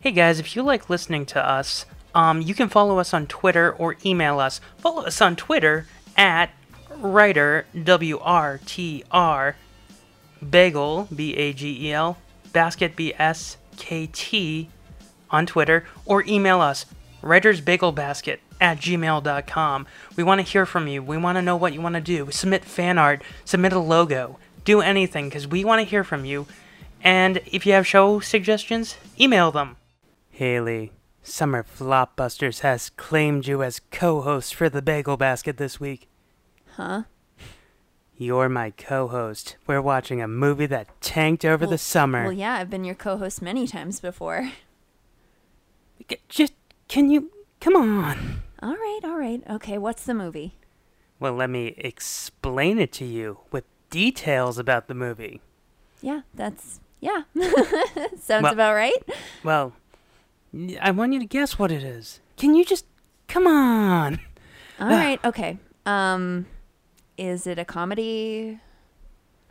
Hey guys, if you like listening to us, um, you can follow us on Twitter or email us. Follow us on Twitter at writer w r t r bagel b a g e l basket b s k t on Twitter or email us writersbagelbasket at gmail.com. We want to hear from you. We want to know what you want to do. Submit fan art, submit a logo, do anything because we want to hear from you. And if you have show suggestions, email them. Haley, Summer Flopbusters has claimed you as co host for the Bagel Basket this week. Huh? You're my co host. We're watching a movie that tanked over the summer. Well, yeah, I've been your co host many times before. C- Just, can you, come on. All right, all right. Okay, what's the movie? Well, let me explain it to you with details about the movie. Yeah, that's. Yeah. Sounds Well- about right. Well, n- I want you to guess what it is. Can you just, come on. All right, okay. Um, is it a comedy?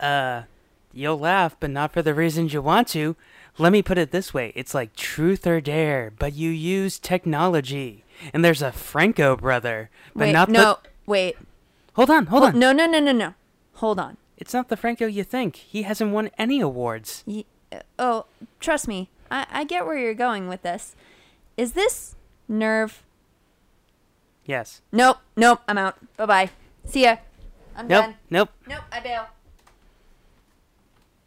Uh, you'll laugh, but not for the reasons you want to. Let me put it this way it's like truth or dare, but you use technology. And there's a Franco brother, but wait, not no, the. wait. Hold on, hold on. No, no, no, no, no. Hold on. It's not the Franco you think. He hasn't won any awards. Y- uh, oh, trust me. I, I get where you're going with this. Is this nerve? Yes. Nope, nope. I'm out. Bye bye. See ya. I'm Nope, done. nope. Nope, I bail.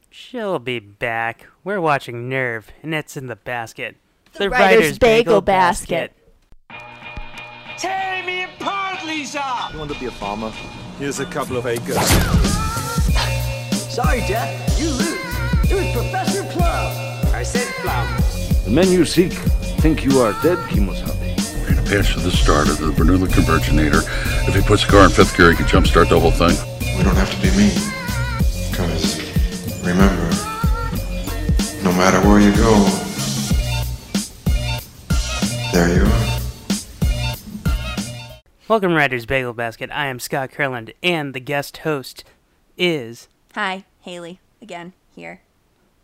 She'll be back. We're watching Nerve, and it's in the basket. The, Writer's Bagel Basket. Tear me apart, Lisa! You want to be a farmer? Here's a couple of acres. Sorry, Jeff, you lose. It was Professor Plum. I said Plum. The men you seek think you are dead, Kimosabe. We're gonna pitch to the start of the Bernoulli Converginator. If he puts a car in fifth gear, he can jumpstart the whole thing. We don't have to be mean. Because remember, no matter where you go, there you are. Welcome, Writer's Bagel Basket. I am Scott Kurland, and the guest host is Hi, Haley. Again, here.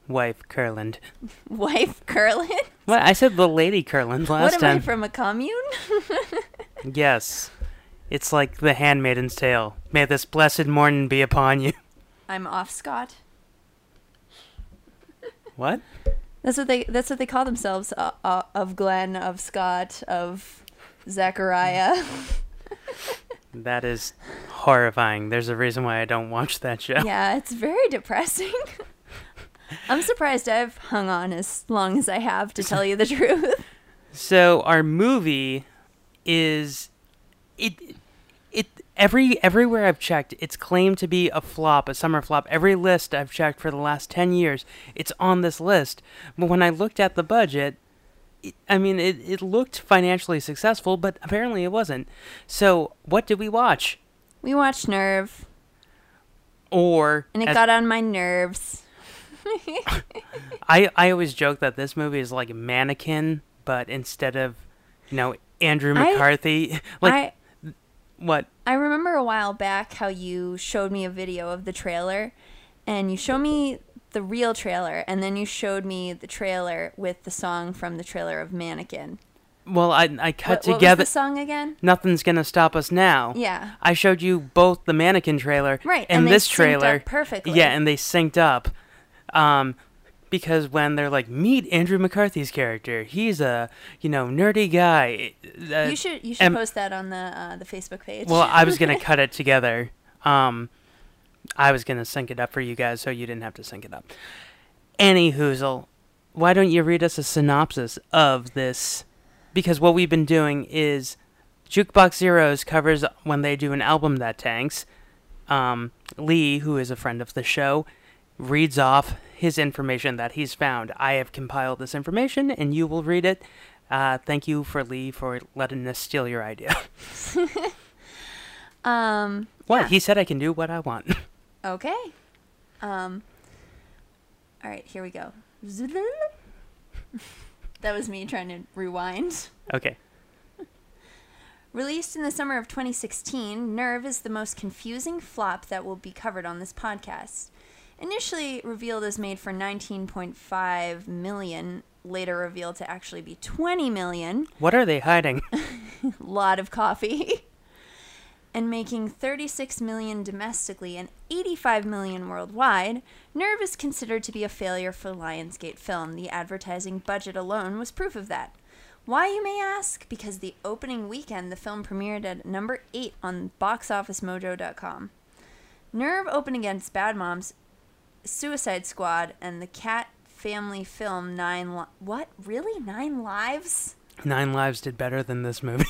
wife Kurland. Wife Curlin? Well, I said the lady Kurland what last am time. I from a commune? Yes. It's like the handmaiden's tale. May this blessed morning be upon you. I'm off Scott. What? That's what they that's what they call themselves uh, uh, of Glenn, of Scott, of Zachariah. Mm. That is horrifying. There's a reason why I don't watch that show. yeah, it's very depressing. I'm surprised I've hung on as long as I have to tell you the truth. So our movie is it it every everywhere I've checked, it's claimed to be a flop, a summer flop. Every list I've checked for the last 10 years, it's on this list. But when I looked at the budget, it, I mean, it, it looked financially successful, but apparently it wasn't. So, what did we watch? We watched Nerve, Or and it as- got on my nerves. I I always joke that this movie is like Mannequin, but instead of you know Andrew I- McCarthy, like I what? I remember a while back how you showed me a video of the trailer, and you showed me the real trailer, and then you showed me the trailer with the song from the trailer of Mannequin. Well, I I cut What, what was Uh, together. the song again? Nothing's gonna stop us now. Yeah. I showed you both the mannequin trailer Right, and, and they this synced up trailer perfectly. Yeah, and they synced up. Um, because when they're like, meet Andrew McCarthy's character. He's a you know nerdy guy. Uh, You should you should and- post that on the uh, the Facebook page. Well, I was gonna cut it together. Um, I was gonna sync it up for you guys, so you didn't have to sync it up. Any hoozle, why don't you read us a synopsis of this? Because what we've been doing is Jukebox Zeros covers when they do an album that tanks. Um, Lee, who is a friend of the show, reads off his information that he's found. I have compiled this information, and you will read it. Uh, thank you for Lee for letting us steal your idea. um What? He said I can do what I want. okay, um, all right, here we go. That was me trying to rewind. okay. Released in the summer of 2016, Nerve is the most confusing flop that will be covered on this podcast. Initially revealed as made for 19.5 million later revealed to actually be 20 million. What are they hiding? lot of coffee and making 36 million domestically and 85 million worldwide, Nerve is considered to be a failure for Lionsgate Film. The advertising budget alone was proof of that. Why, you may ask? Because the opening weekend, the film premiered at number 8 on boxofficemojo.com. Nerve opened against Bad Moms, Suicide Squad, and the Cat Family film Nine Li- What? Really? Nine Lives? Nine Lives did better than this movie.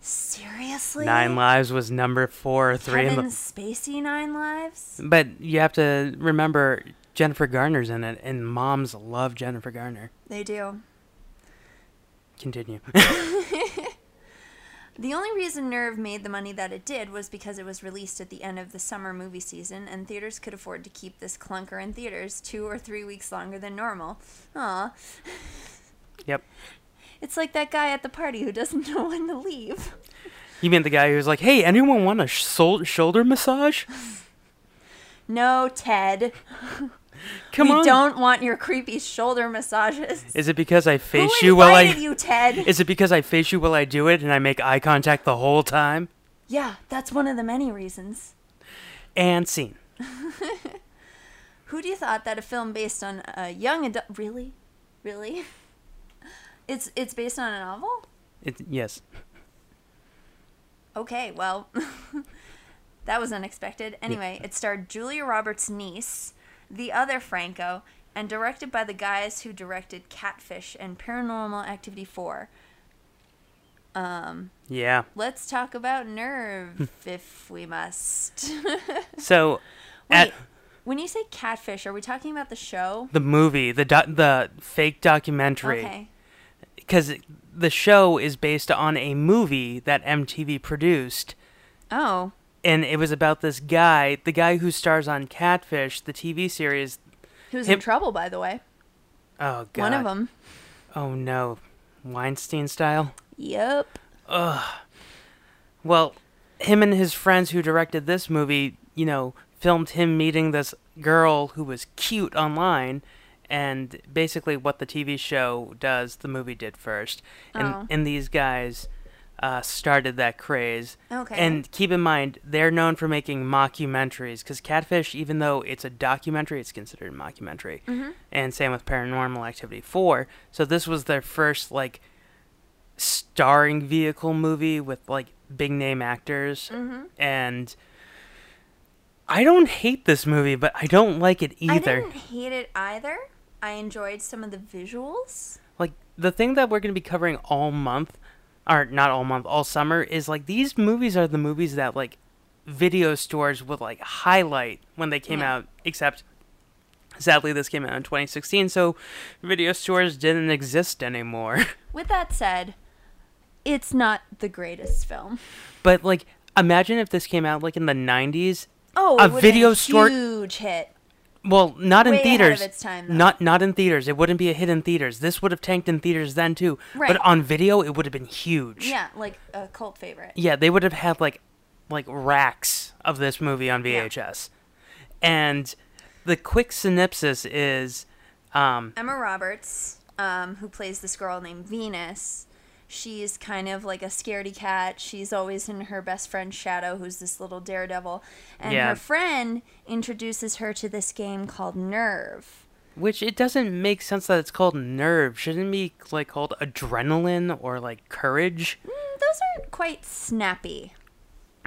Seriously? Nine Lives was number four or three. In Kevin the, Spacey Nine Lives? but you have to remember Jennifer Garner's in it, and moms love Jennifer Garner. They do. Continue. The only reason Nerve made the money that it did was because it was released at the end of the summer movie season, and theaters could afford to keep this clunker in theaters two or three weeks longer than normal. Aw, yep. it's like that guy at the party who doesn't know when to leave. You mean the guy who was like, "Hey, anyone want a shol- shoulder massage? No, Ted, Come we on." don't want your creepy shoulder massages. Is it because I Who face you while I? invited you, Ted? Is it because I face you while I do it and I make eye contact the whole time? Yeah, that's one of the many reasons. And scene. Who do you thought that a film based on a young adult really, really? It's it's based on a novel. It, yes. Okay, well, that was unexpected. Anyway, it starred Julia Roberts' niece, the other Franco, and directed by the guys who directed Catfish and Paranormal Activity Four. Yeah. Let's talk about Hmm. Nerve if we must. So, at Wait, when you say Catfish, are we talking about the show? the movie, the doc the fake documentary, Okay. because the show is based on a movie that MTV produced, Oh, and it was about this guy, the guy who stars on Catfish, the TV series. who's Him- in trouble, by the way? Oh God. One of them. Oh no, Weinstein style. Yep. Well, him and his friends who directed this movie, you know, filmed him meeting this girl who was cute online. And basically, what the TV show does, the movie did first. And, Oh. and these guys uh, started that craze. Okay. And keep in mind, they're known for making mockumentaries because Catfish, even though it's a documentary, it's considered a mockumentary. Mm-hmm. And same with Paranormal Activity 4. So this was their first, like, starring vehicle movie with like big name actors Mm-hmm. and I don't hate this movie but I don't like it I either. didn't hate it either. I enjoyed some of the visuals. Like the thing that we're going to be covering all month or not all month, all summer is like these movies are the movies that like video stores would like highlight when they came Yeah. out except sadly this came out in 2016 so video stores didn't exist anymore. With that said, it's not the greatest film. but like imagine if this came out like in the 90s Oh, A it would've video been a store- huge hit. Well, not in Way ahead of theaters. its time, though. not not in theaters. It wouldn't be a hit in theaters. This would have tanked in theaters then too. Right. But on video, it would have been huge. Yeah, like a cult favorite. Yeah, they would have had like like racks of this movie on VHS. And the quick synopsis is Emma Roberts, um, who plays this girl named Venus, she's kind of like a scaredy cat. She's always in her best friend's shadow, who's this little daredevil. And Yeah. her friend introduces her to this game called Nerve. which it doesn't make sense that it's called nerve. Shouldn't it be like called adrenaline or like courage? Mm, Those aren't quite snappy.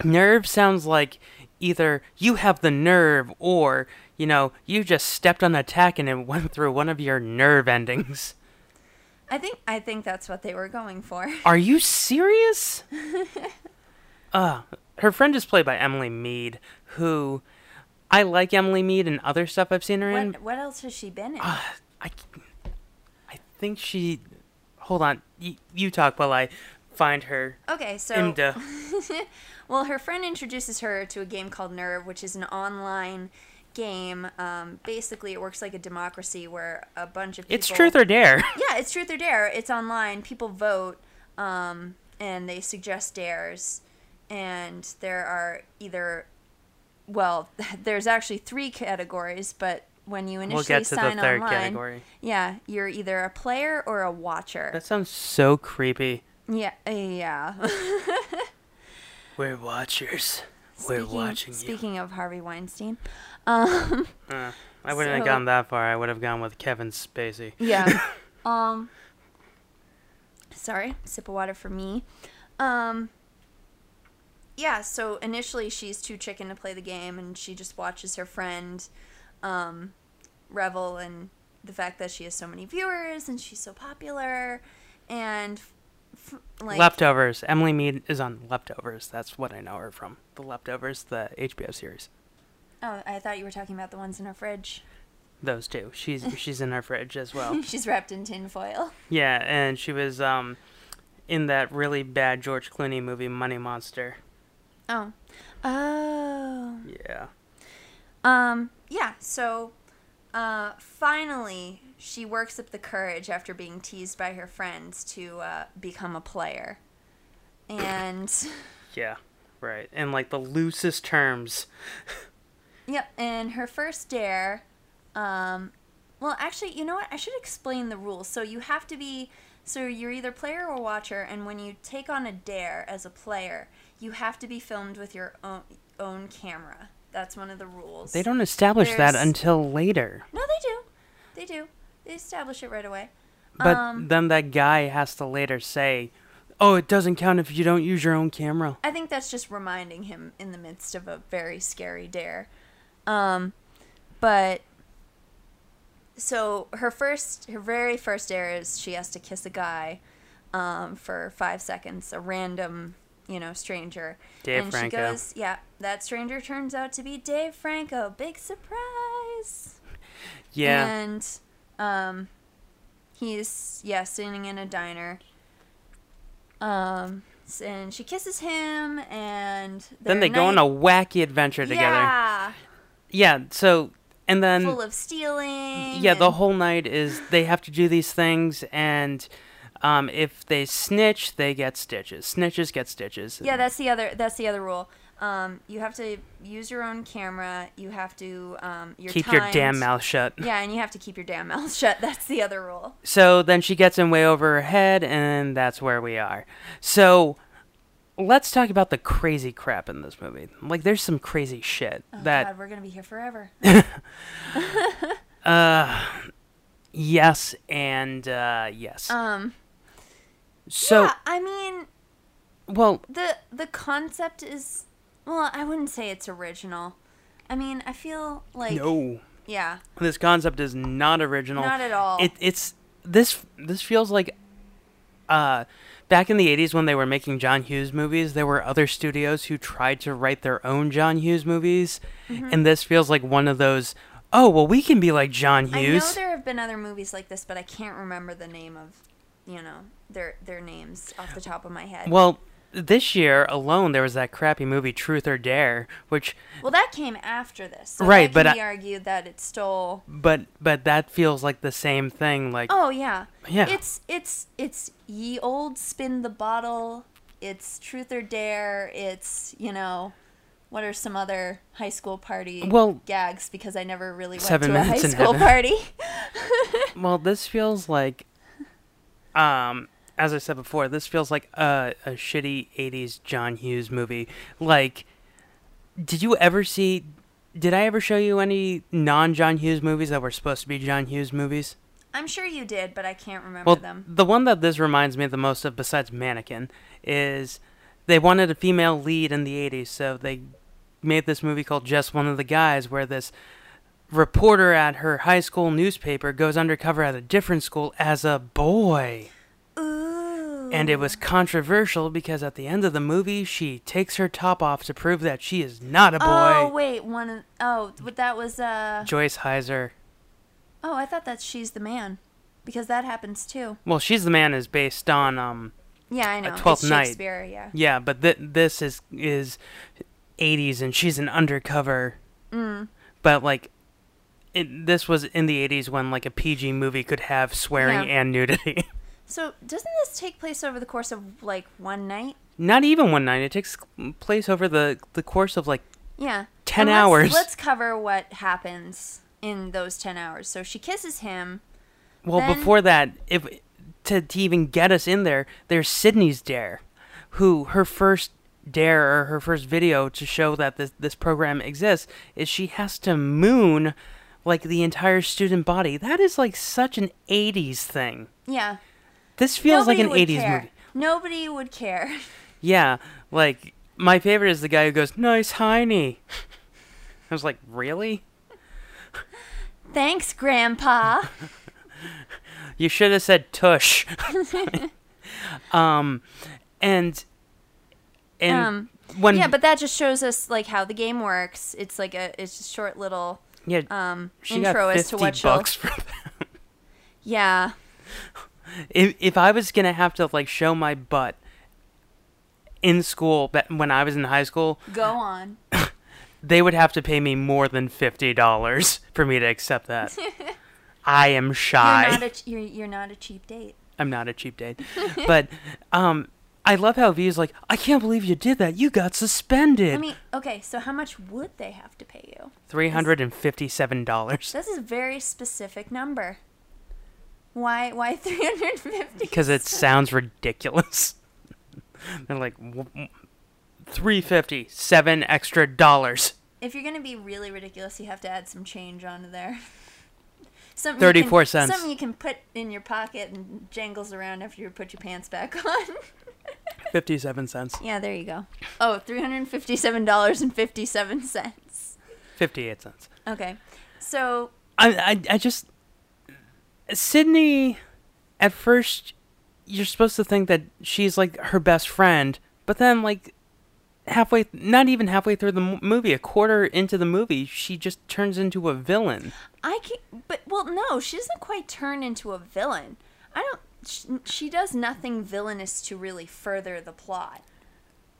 Nerve sounds like either you have the nerve or, you know, you just stepped on a tack and it went through one of your nerve endings. I think I think that's what they were going for. Are you serious? uh, her friend is played by Emily Mead, who I like Emily Mead and Ah, other stuff I've seen her in. What, what else has she been in? I, I think she. Hold on. You, you talk while I find her. okay, so And, uh, well, her friend introduces her to a game called Nerve, which is an online game. Um, basically, it works like a democracy where a bunch of people. it's truth or dare. yeah, it's truth or dare. It's online. People vote, um, and they suggest dares, and there are either, well, there's actually three categories, but when you initially We'll get to the sign third online. category. Yeah, you're either a player or a watcher. That sounds so creepy. yeah, yeah. We're watchers. We're Speaking- watching you. Speaking of Harvey Weinstein, I wouldn't have so- gone that far. I would have gone with Kevin Spacey. Yeah. um. Sorry, sip of water for me. Um. Yeah. So initially, she's too chicken to play the game, and she just watches her friend, um, revel in the fact that she has so many viewers and she's so popular, and f- f- like Leftovers. Emily Mead is on Leftovers. That's what I know her from. The Leftovers, the HBO series. oh, I thought you were talking about the ones in her fridge. Those two. She's she's in her fridge as well. She's wrapped in tinfoil. Yeah, and she was um in that really bad George Clooney movie Money Monster. Oh. Oh. Yeah. Um, yeah, so uh, finally, she works up the courage after being teased by her friends to uh, become a player. And, Yeah. Right. In like the loosest terms. yep, and her first dare. Um, well, actually, you know what? I should explain the rules. So you have to be. So you're either player or watcher, and when you take on a dare as a player, you have to be filmed with your own, own camera. That's one of the rules. They don't establish that There's- until later. No, they do. They do. They establish it right away. But Um, then that guy has to later say, "Oh, it doesn't count if you don't use your own camera." I think that's just reminding him in the midst of a very scary dare. Um, but so her first, her very first dare is she has to kiss a guy um, for five seconds, a random, you know, stranger. Dave and Franco. she goes, yeah, that stranger turns out to be Dave Franco. Big surprise. Yeah. And um, he's yeah sitting in a diner. Um, s- and she kisses him, and then their they go on a night- wacky adventure together. yeah, Yeah. So, and then full of stealing. yeah, the and- whole night is they have to do these things, and um, if they snitch, they get stitches. Snitches get stitches. yeah. That's the other. That's the other rule. Um, you have to use your own camera. You have to um, you're Keep your damn timed. mouth shut. Yeah, and you have to keep your damn mouth shut. That's the other rule. So then she gets in way over her head, and that's where we are. So let's talk about the crazy crap in this movie. Like, there's some crazy shit that Oh, God, we're gonna be here forever. Yes and uh, yes. Um. So yeah, I mean, well, the the concept is well i wouldn't say it's original i mean i feel like no, yeah this concept is not original. Not at all. It, it's this. This feels like, uh, back in the '80s when they were making John Hughes movies, there were other studios who tried to write their own John Hughes movies, Mm-hmm. and this feels like one of those. Oh well, we can be like John i know Hughes. there have been other movies like this but i can't remember the name of you know their their names off the top of my head well, well, this year alone, there was that crappy movie Truth or Dare, which that came after this so Right, that but can I- be argued that it stole but but that feels like the same thing. Like oh yeah Yeah. it's it's it's ye old spin the bottle it's truth or dare it's you know what are some other high school party Well- gags because i never really went Seven to a high Minutes in school Heaven. party Well, this feels like, um, as I said before, this feels like a, a shitty '80s John Hughes movie. Like, did you ever see? Did I ever show you any non John Hughes movies that were supposed to be John Hughes movies? I'm sure you did, but I can't remember Well, them. the one that this reminds me the most of, besides Mannequin, is they wanted a female lead in the '80s, so they made this movie called Just One of the Guys, where this reporter at her high school newspaper goes undercover at a different school as a boy. Ooh. And it was controversial because at the end of the movie, she takes her top off to prove that she is not a boy. Oh wait, one of oh, but that was uh Joyce Heiser. oh, I thought that she's the man because that happens too. Well, she's the man is based on um Yeah, I know. It's Twelfth Night. Shakespeare, yeah. yeah, but th- this is is 80s and she's an undercover. But like it, this was in the 80s when like a PG movie could have swearing Yeah. and nudity. So doesn't this take place over the course of like one night? not even one night. It takes place over the the course of like Yeah. 10 And let's- hours. Let's cover what happens in in those 10 hours. So she kisses him. Well, Then- before that, if to, to even get us in there, there's Sydney's dare, who her first dare or her first video to show that this this program exists is she has to moon like the entire student body. That is like such an 80s thing. Yeah. This feels Nobody like an would 80s care. movie. Nobody would care. Yeah, like my favorite is the guy who goes, "Nice hiney." I was like, "Really? Thanks, Grandpa. You should have said tush." um, and and Um, when yeah, but that just shows us like how the game works. It's like a it's just short little yeah, um she intro got as to 50 what she'll bucks for that. Yeah. If if I was gonna have to like show my butt in school ba- when I was in high school, Go on. they would have to pay me more than fifty dollars for me to accept that. I am shy. You're not a ch- you're, you're not a cheap date. I'm not a cheap date. but um I love how V's like, I can't believe you did that. You got suspended. I mean, okay, so how much would they have to pay you? Three hundred and fifty-seven dollars. This is a very specific number. Why why 350? Because it sounds ridiculous. They're like, three fifty, seven extra dollars. If you're going to be really ridiculous, you have to add some change onto there. Something you 34 can- cents. Something you can put in your pocket and jangles around after you put your pants back on. Fifty-seven cents. yeah, there you go. Oh, $357.57. Fifty-eight cents. Okay. So, I, I, I just Sydney. At first, you're supposed to think that she's like her best friend, but then like halfway, not even halfway through the m- movie, a quarter into the movie, she just turns into a villain. I can but well, no, she doesn't quite turn into a villain. I don't she, she does nothing villainous to really further the plot.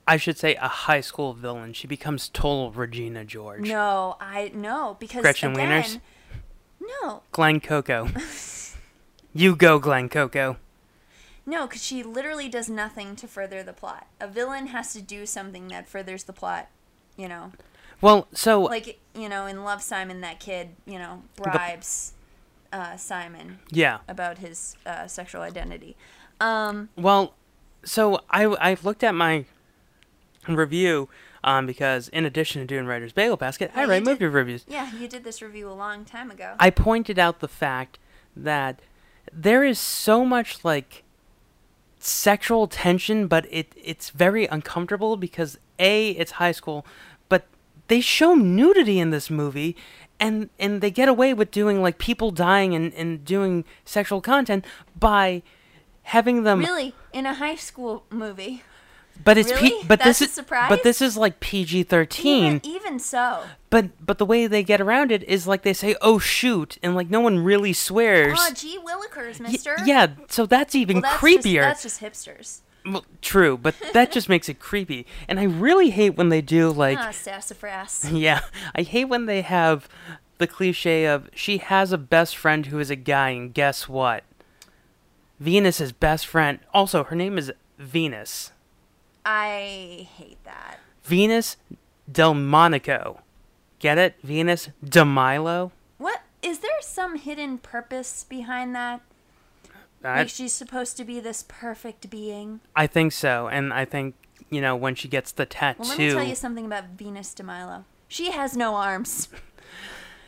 I should say a high school villain. She becomes total Regina George, No, I no because Gretchen again, Wieners? No, Glenn Coco. you go, Glenn Coco. no, because she literally does nothing to further the plot. A villain has to do something that furthers the plot. You know, Well, so like you know, in Love Simon, that kid you know bribes uh, Simon yeah. about his uh, sexual identity. Well, so I I looked at my review um, because in addition to doing Writer's Bagel Basket, I Well, write you movie did- reviews. Yeah, you did this review a long time ago. I pointed out the fact that there is so much like sexual tension, but it it's very uncomfortable because a it's high school, but they show nudity in this movie, and and they get away with doing like people dying and and doing sexual content by having them really, in a high school movie, But it's Really? P- but That's this a is surprise? e but this is like PG even, thirteen. even so, But but the way they get around it is like they say, "Oh shoot," and like no one really swears. oh gee willikers, Y- Mister. yeah, so that's even well, that's creepier. Just, that's just hipsters. Well, true, but that just makes it creepy. And I really hate when they do like Ah, sassafras. yeah, I hate when they have the cliche of she has a best friend who is a guy, and guess what? Venus's best friend. Also, her name is Venus. I hate that. Venus Delmonico. Get it? Venus DeMilo? What is there some hidden purpose behind that? I, Like she's supposed to be this perfect being. I think so. And I think, you know, when she gets the tattoo. Well, let me tell you something about Venus de Milo. She has no arms.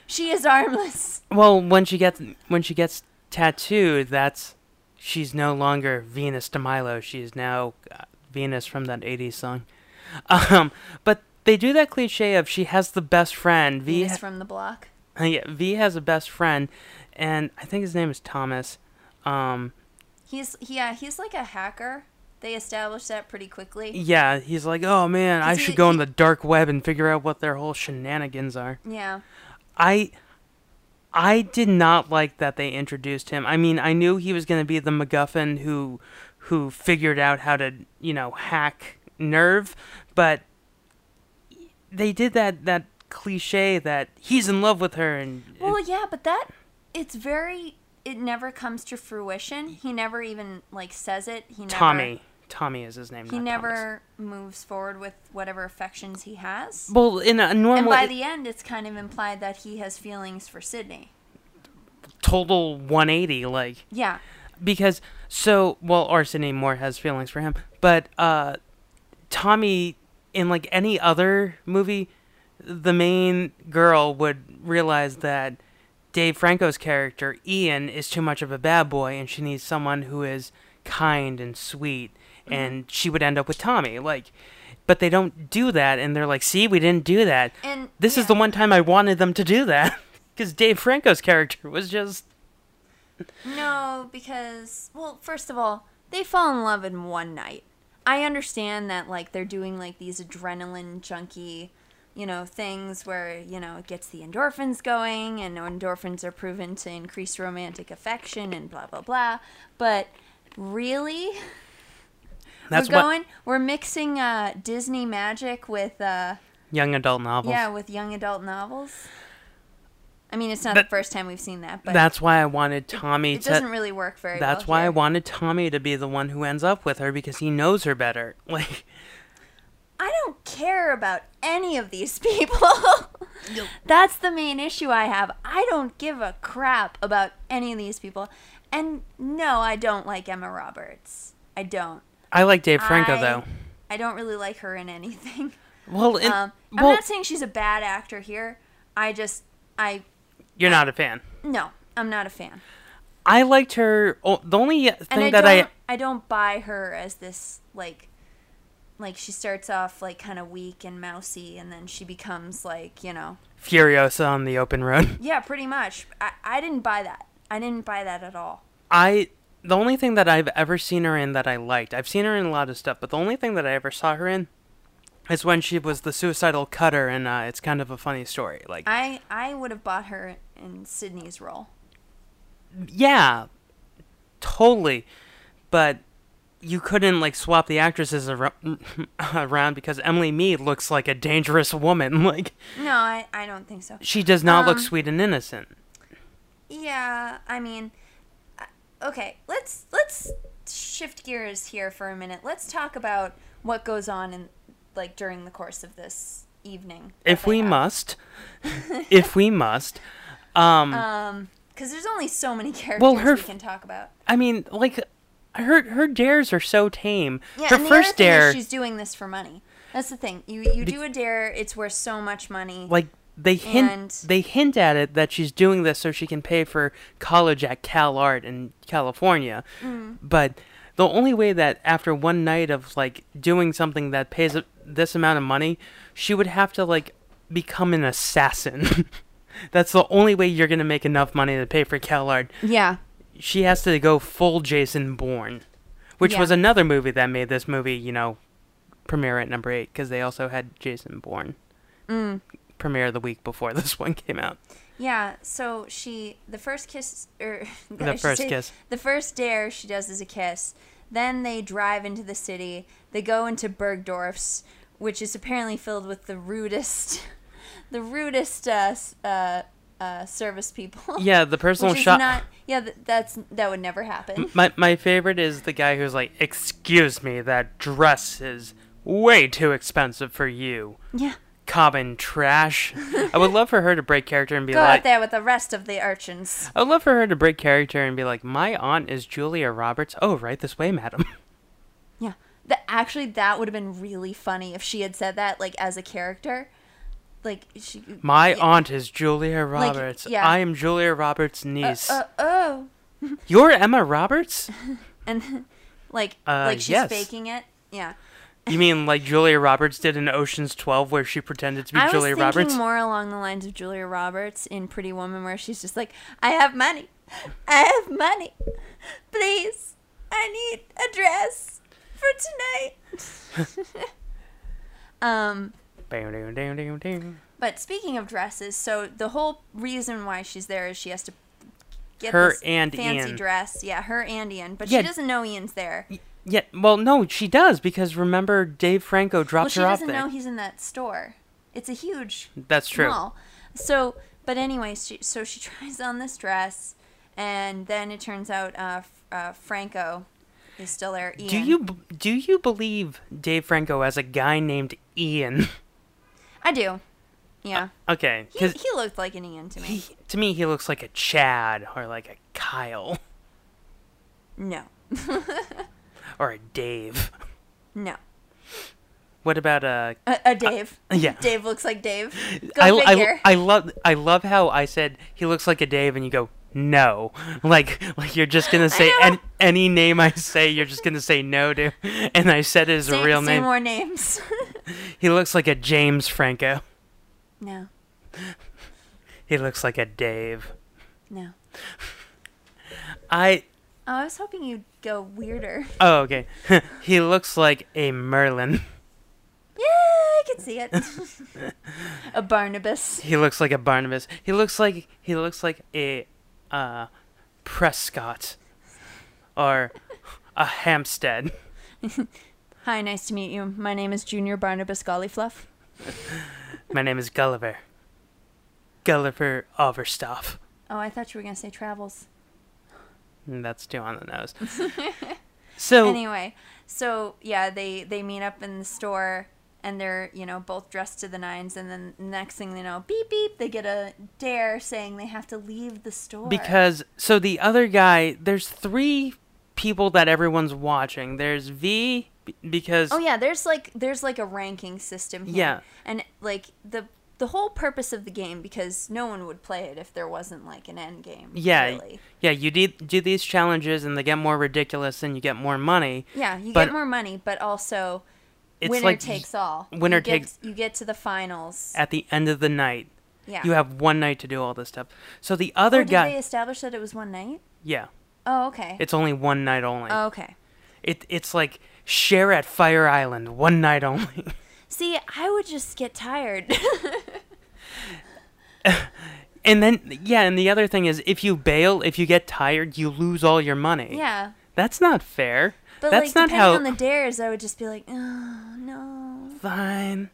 She is armless. well, when she gets when she gets tattooed, that's she's no longer Venus DeMilo. She is now uh, Venus from that 80s song. Um, but they do that cliche of she has the best friend. V Venus from the block. Uh, yeah, V has a best friend and I think his name is Thomas. Um, He's yeah, he's like a hacker. They established that pretty quickly. Yeah, he's like, oh man, I Is should it- go on he- the dark web and figure out what their whole shenanigans are. Yeah. I, I did not like that they introduced him. I mean, I knew he was going to be the MacGuffin who, who figured out how to, you know, hack Nerve, but they did that that cliche that he's in love with her and Well, yeah, but that it's very it never comes to fruition. He never even like says it. He never Tommy. Tommy is his name. He not Thomas. never moves forward with whatever affections he has. Well, in a And normal by the end, it's kind of implied that he has feelings for Sydney. total 180, like Yeah. because so well, Arsene Moore has feelings for him, but uh, Tommy in like any other movie, the main girl would realize that Dave Franco's character Ian is too much of a bad boy, and she needs someone who is kind and sweet, Mm-hmm. and she would end up with Tommy, like. But they don't do that, and they're like, "See, we didn't do that." And This is the one time I wanted them to do that because Dave Franco's character was just No, because well, first of all, they fall in love in one night. I understand that like they're doing like these adrenaline junkie, you know, things where, you know, it gets the endorphins going and endorphins are proven to increase romantic affection and blah blah blah. But really that's we're what going we're mixing uh Disney magic with uh young adult novels. yeah, with young adult novels. I mean, it's not That- the first time we've seen that, but that's why I wanted Tommy it to. doesn't really work very well. that's why I here. wanted Tommy to be the one who ends up with her because he knows her better. Like I don't care about any of these people. That's the main issue I have. I don't give a crap about any of these people. And no, I don't like Emma Roberts. I don't. I like Dave Franco I- though. I don't really like her in anything. Well, in, Um, I'm well, not saying she's a bad actor here. I just, I, you're not a fan. no, I'm not a fan. I liked her. Oh, the only thing And I that don't, I I don't buy her as this, like, like she starts off like kind of weak and mousy and then she becomes like, you know, Furiosa on the open road. Yeah, pretty much. I, I didn't buy that. I didn't buy that at all. I the only thing that I've ever seen her in that I liked. I've seen her in a lot of stuff, but the only thing that I ever saw her in is when she was the suicidal cutter, and uh, it's kind of a funny story. Like, I I would have bought her in Sydney's role. yeah, totally, but you couldn't like swap the actresses ar- around because Emily Mead looks like a dangerous woman. Like, No, I, I don't think so. she does not look Um, sweet and innocent. Yeah, I mean, I- okay, let's let's shift gears here for a minute. Let's talk about what goes on in like during the course of this evening. If we must, if we must, because there's only so many characters Well, her we f- can talk about. I mean, like. Her her dares are so tame. Yeah, her and the first other thing is dare, she's doing this for money. That's the thing. You you do a dare, it's worth so much money. like they hint And- they hint at it that she's doing this so she can pay for college at Cal Art in California. But the only way that after one night of like doing something that pays a- this amount of money, she would have to like become an assassin. That's the only way you're going to make enough money to pay for Cal Art. yeah, She has to go full Jason Bourne, which Yeah. was another movie that made this movie, you know, premiere at number 8 cuz they also had Jason Bourne. Mm. Premiere the week before this one came out. Yeah, so she the first kiss or The I should first say, kiss. The first dare she does is a kiss. Then they drive into the city. They go into Bergdorf's, which is apparently filled with the rudest the rudest uh, s- uh, uh, service people. Yeah, the personal Which is shop. not yeah, th- that's that would never happen. My my favorite is the guy who's like, "Excuse me, that dress is way too expensive for you, Yeah. common trash." I would love for her to break character and be Go like, out there with the rest of the urchins. "I would love for her to break character and be like, my aunt is Julia Roberts. Oh, right this way, madam." Yeah. That actually that would have been really funny if she had said that like as a character. Like she My yeah. aunt is Julia Roberts. yeah. I am Julia Roberts' niece. Uh, oh. You're Emma Roberts? and like Uh, like she's yes. faking it. Yeah, You mean like Julia Roberts did in Ocean's 12 where she pretended to be I was Julia thinking Roberts? more along the lines of Julia Roberts in Pretty Woman, where she's just like, "I have money, I have money, please, I need a dress for tonight." um, Bam, dam, dam, dam, dam. but speaking of dresses, so the whole reason why she's there is she has to get Her this and fancy Ian. dress. Yeah, her and Ian, but Yeah. she doesn't know Ian's there. Yeah, well, no, she does because remember Dave Franco Well, drops she her off doesn't there. know he's in that store. It's a huge That's true. mall. So, but anyway, she, so she tries on this dress, and then it turns out uh, F- uh, Franco is still there. Ian. Do you b- do you believe Dave Franco as a guy named Ian? I do. Yeah. okay, he, because he looked like an Ian to me. to me Uh, he looks like a Chad or like a Kyle No. or a Dave. No. What about uh, a A, a Dave. yeah? Dave looks like Dave. Go I, figure. I, I love I love how I said he looks like a Dave and you go no like like you're just gonna say know. an, any name I say you're just gonna say no to and I said his say, real say name more names. he looks like a James Franco no. he looks like a Dave No. I Oh, I was hoping you'd go weirder. oh okay he looks like a Merlin Yeah, I can see it. a Barnabas. he looks like a Barnabas he looks like he looks like a uh Prescott or a Hampstead Hi, nice to meet you. My name is Junior Barnabas Gollyfluff. My name is Gulliver. Gulliver Overstaff. Oh, I thought you were gonna say travels. And Mm, That's too on the nose. so, Anyway, so yeah, they they meet up in the store and they're you know both dressed to the nines, and then next thing they know, beep beep, they get a dare saying they have to leave the store because, so the other guy, there's three people that everyone's watching. There's V, b- because, Oh yeah, there's like there's like a ranking system here. Yeah. And like the the whole purpose of the game because no one would play it if there wasn't like an end game. yeah, Really. yeah, you de- do these challenges and they get more ridiculous and you get more money. Yeah, you But- get more money, but also It's winner like takes all. winner you get, takes- You get to the finals. at the end of the night. yeah. You have one night to do all this stuff. So the Oh, other did guy, they establish that it was one night? yeah, Oh, okay. it's only one night only. oh, okay. It it's like share at Fire Island, one night only. See, I would just get tired. And then, yeah, and the other thing is, if you bail, if you get tired, you lose all your money. yeah. That's not fair. But That's like not depending how. on the dares, I would just be like, oh no. Fine.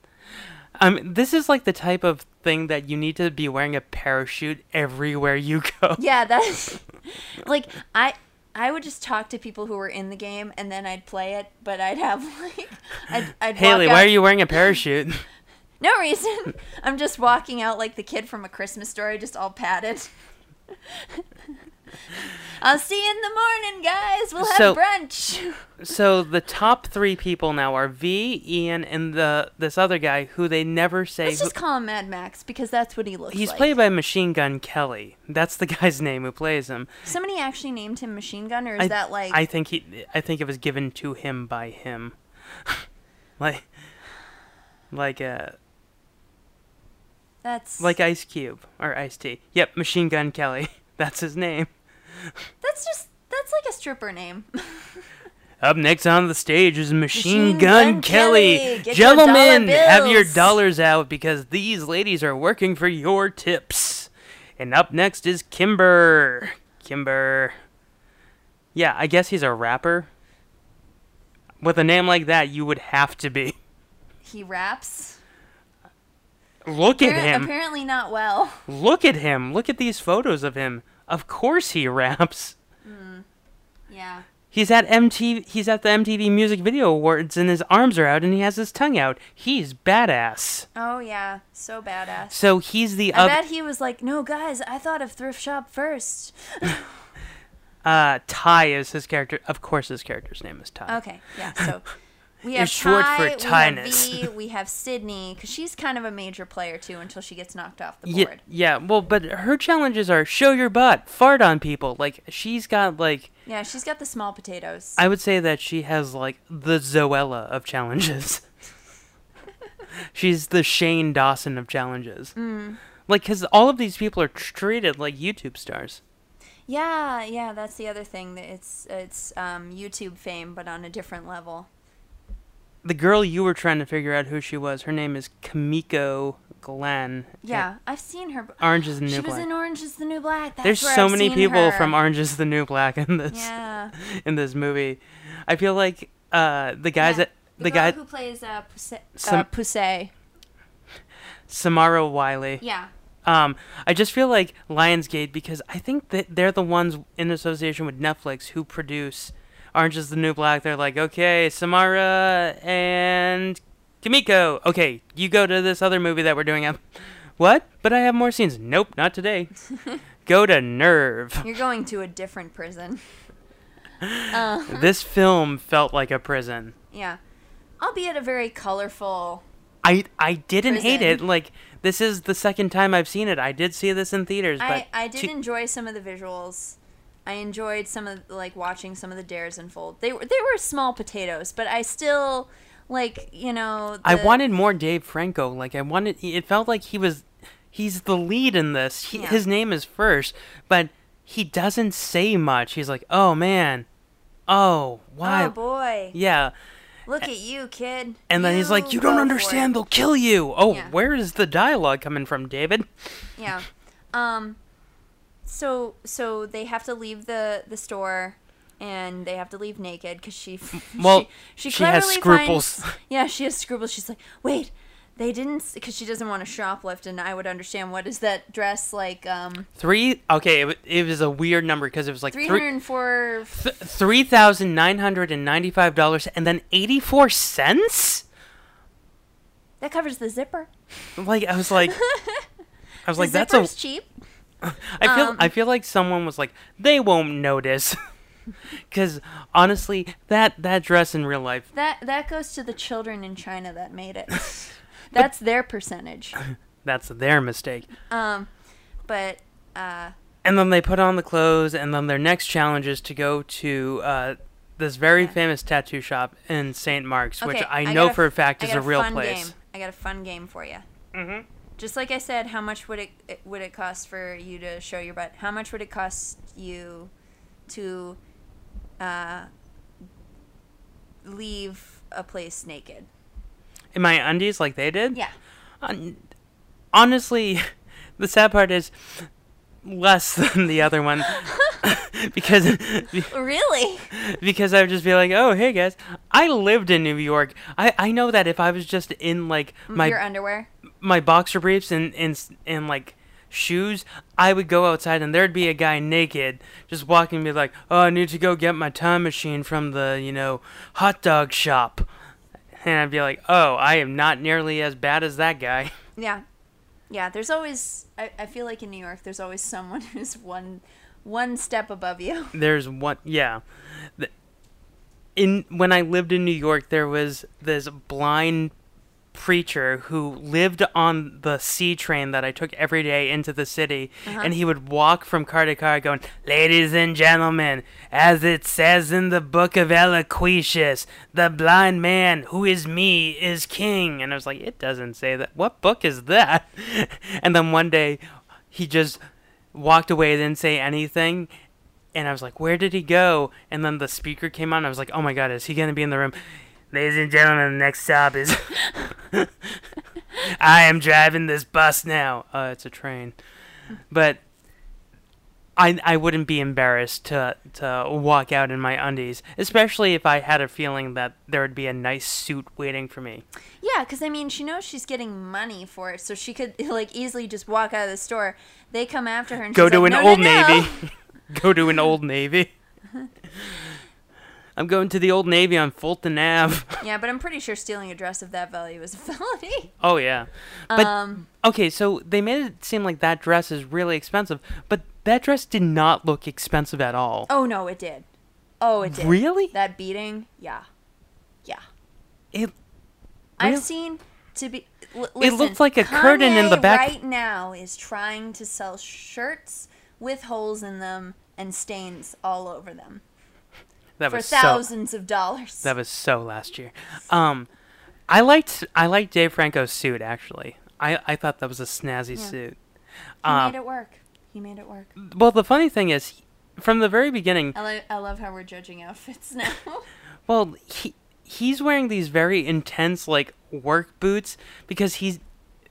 Um, this is like the type of thing that you need to be wearing a parachute everywhere you go. Yeah, that's like I I would just talk to people who were in the game and then I'd play it, but I'd have like I'd, I'd Haley, walk why out- are you wearing a parachute? No reason. I'm just walking out like the kid from a Christmas story, just all padded. I'll see you in the morning, guys. We'll have So- brunch. so the top three people now are V, Ian, and the this other guy who they never say. Let's who- just call him Mad Max because that's what he looks he's like. played by Machine Gun Kelly. That's the guy's name who plays him. Somebody actually named him Machine Gun, or is I- that like I think he I think it was given to him by him. like like uh that's like Ice Cube or Ice T. Yep, Machine Gun Kelly. That's his name. that's just that's like a stripper name. Up next on the stage is Machine, Machine Gun, Gun Kelly. Kelly. Get your dollar Gentlemen, have your bills. dollars out because these ladies are working for your tips. And up next is Kimber. Kimber. Yeah, I guess he's a rapper. With a name like that, you would have to be. he raps. Look at Appar- him. Apparently not well. Look at him. Look at these photos of him. Of course he raps. Yeah. He's at MTV he's at the MTV Music Video Awards and his arms are out and he has his tongue out. He's badass. Oh yeah, so badass. So he's the I other bet he was like, "No, guys, I thought of thrift shop first. uh Ty is his character. Of course his character's name is Ty. Okay, yeah. So we have short Ty, for we have Tynus. V, we have Sydney because she's kind of a major player too until she gets knocked off the Yeah, board. yeah, well, but her challenges are show your butt, fart on people. Like, she's got, like, Yeah, she's got the small potatoes. I would say that she has like the Zoella of challenges. She's the Shane Dawson of challenges. Mm. Like, because all of these people are treated like YouTube stars. yeah, yeah. That's the other thing that it's it's um, YouTube fame, but on a different level. The girl you were trying to figure out who she was, her name is Kamiko Glenn. Yeah, I've seen her. b- Orange is the New She was Black. in Orange Is the New Black. That's There's where so I've many seen people her. from Orange is the New Black in this Yeah, in this movie. I feel like uh, the guys Yeah. at the, the, girl guy who plays uh, Pousse- uh, Some- Pousse. Samara Wiley. Yeah, Um, I just feel like Lionsgate because I think that they're the ones in association with Netflix who produce Orange is the New Black. They're like, okay, Samara and Kimiko. Okay, you go to this other movie that we're doing. I'm, what? But I have more scenes. Nope, not today. go to Nerve. You're going to a different prison. This film felt like a prison. Yeah. Albeit a very colorful. I I didn't hate it. Prison. Like this is the second time I've seen it. I did see this in theaters, but I, I did to- enjoy some of the visuals. I enjoyed some of like watching some of the dares unfold. They were they were small potatoes, but I still like you know. I the- wanted more Dave Franco. Like I wanted. It felt like he was. He's the lead in this. He, Yeah. His name is first, but he doesn't say much. He's like, "Oh man, oh why, Oh boy! yeah." Look at you, kid. And then he's like, "You don't go for understand. it." They'll kill you." Oh, Yeah. where is the dialogue coming from, David? Yeah. Um. So so they have to leave the the store, and they have to leave naked because she. Well, she, she has cleverly scruples. finds- yeah, she has scruples. She's like, wait. They didn't, because she doesn't want to shoplift, and I would understand what is that dress like? Um, Three. Okay, it, wa- it was a weird number because it was like three three hundred and four three thousand nine hundred and ninety five dollars and then eighty four cents. That covers the zipper. Like I was like, I was like, the "That's a zipper's cheap. I feel Um, I feel like someone was like, they won't notice, because honestly, that that dress in real life, That that goes to the children in China that made it. That's their percentage. that's their mistake. But And then they put on the clothes, and then their next challenge is to go to uh, this very famous tattoo shop in Saint Mark's, okay, which I, got know a- for a fact I is got a real fun place. Game. I got a fun game for you. Mm-hmm. Just like I said, how much would it, it would it cost for you to show your butt? How much would it cost you to uh, leave a place naked? In my undies, like they did. Yeah. honestly, the sad part is less than the other one because Really? because I would just be like, "Oh, hey guys, I lived in New York. I, I know that if I was just in like my your underwear? my boxer briefs and and s- and like shoes, I would go outside and there'd be a guy naked just walking, and be like, "Oh, I need to go get my time machine from the you know hot dog shop," and I'd be like, "Oh, I am not nearly as bad as that guy." Yeah. Yeah, there's always I, I feel like in New York there's always someone who's one one step above you. there's one yeah Th- in when i lived in new york there was this blind preacher who lived on the c train that i took every day into the city and he would walk from car to car going ladies and gentlemen as it says in the book of eloquentius the blind man who is me is king and i was like it doesn't say that what book is that and then one day he just walked away didn't say anything and I was like, "Where did he go?" And then the speaker came on. I was like, "Oh my god, is he gonna be in the room?" Ladies and gentlemen, the next stop is. I am driving this bus now. Uh, it's a train, but I I wouldn't be embarrassed to to walk out in my undies, especially if I had a feeling that there would be a nice suit waiting for me. Yeah, because I mean she knows she's getting money for it, so she could like easily just walk out of the store. They come after her and Go she's to like, an "No, Old no, no." Navy. Go to an Old Navy. I'm going to the Old Navy on Fulton Ave. Yeah, but I'm pretty sure stealing a dress of that value is a felony. Oh yeah, but Um. okay. So they made it seem like that dress is really expensive, but that dress did not look expensive at all. Oh no, it did. Oh it did. Really? That beating? Yeah. Yeah. It Really? I've seen to be. L- listen, looked like a curtain in the Kanye back- Right now is trying to sell shirts with holes in them and stains all over them that for was so thousands of dollars. that was so last year. Um, I liked I liked Dave Franco's suit actually. I I thought that was a snazzy suit. he um, made it work. He made it work. Well, the funny thing is, he- from the very beginning, I, lo- I love how we're judging outfits now. Well, he he's wearing these very intense like work boots because he's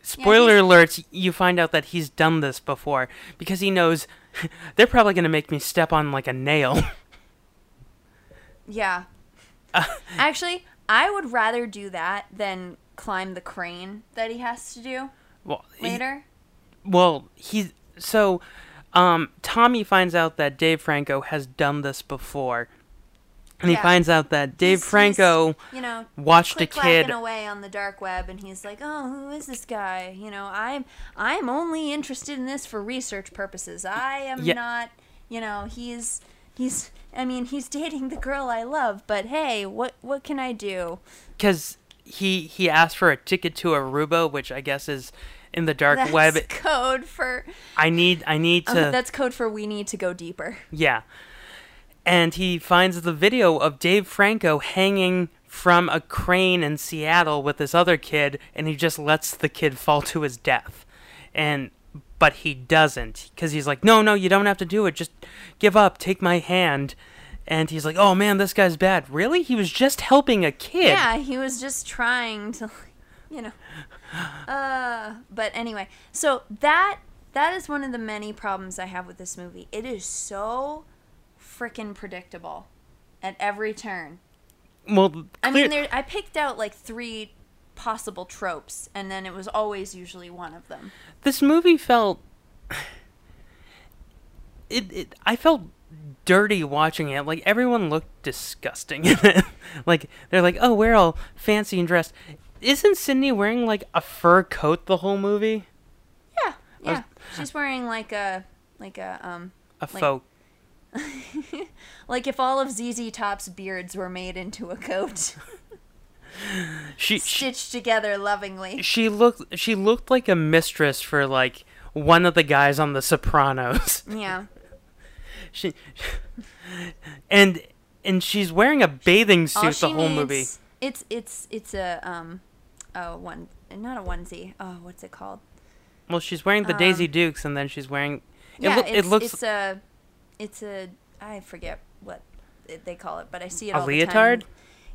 spoiler alerts, you find out that he's done this before because he knows they're probably going to make me step on like a nail. yeah. Actually, I would rather do that than climb the crane that he has to do well, he- later. well, he's so um Tommy finds out that Dave Franco has done this before And he Yeah. finds out that Dave He's- Franco he's, you know, watched a click-clacking kid. away on the dark web, and he's like, "Oh, who is this guy? You know, I'm I'm only interested in this for research purposes. I am Yeah. not, you know, he's he's. I mean, he's dating the girl I love, but hey, what what can I do? because he he asked for a ticket to Aruba, which I guess is in the dark That's web. code for I need I need oh, to that's code for we need to go deeper. yeah. And he finds the video of Dave Franco hanging from a crane in Seattle with this other kid, and he just lets the kid fall to his death. And but he doesn't because he's like, no, no, you don't have to do it. Just give up. Take my hand. And he's like, oh man, this guy's bad. Really? He was just helping a kid. Yeah, he was just trying to, you know. Uh, but anyway, so that that is one of the many problems I have with this movie. It is so freaking predictable at every turn. Well, I clear- mean, there, I picked out like three possible tropes, and then it was always usually one of them. this movie felt it, it i felt dirty watching it like everyone looked disgusting in it like they're like oh we're all fancy and dressed isn't sydney wearing like a fur coat the whole movie Yeah, yeah. She's wearing like a like a um a Like- faux like if all of ZZ Top's beards were made into a coat, she, she stitched together lovingly. she looked she looked like a mistress for like one of the guys on the sopranos Yeah. she and and she's wearing a bathing All suit the she whole needs- movie It's it's it's a um, oh one not a onesie. Oh, what's it called? Well, she's wearing the Daisy Dukes, and then she's wearing. It, um, yeah, loo- it's, it looks. it's a it's a I forget what it, they call it, but I see it A all leotard? The time.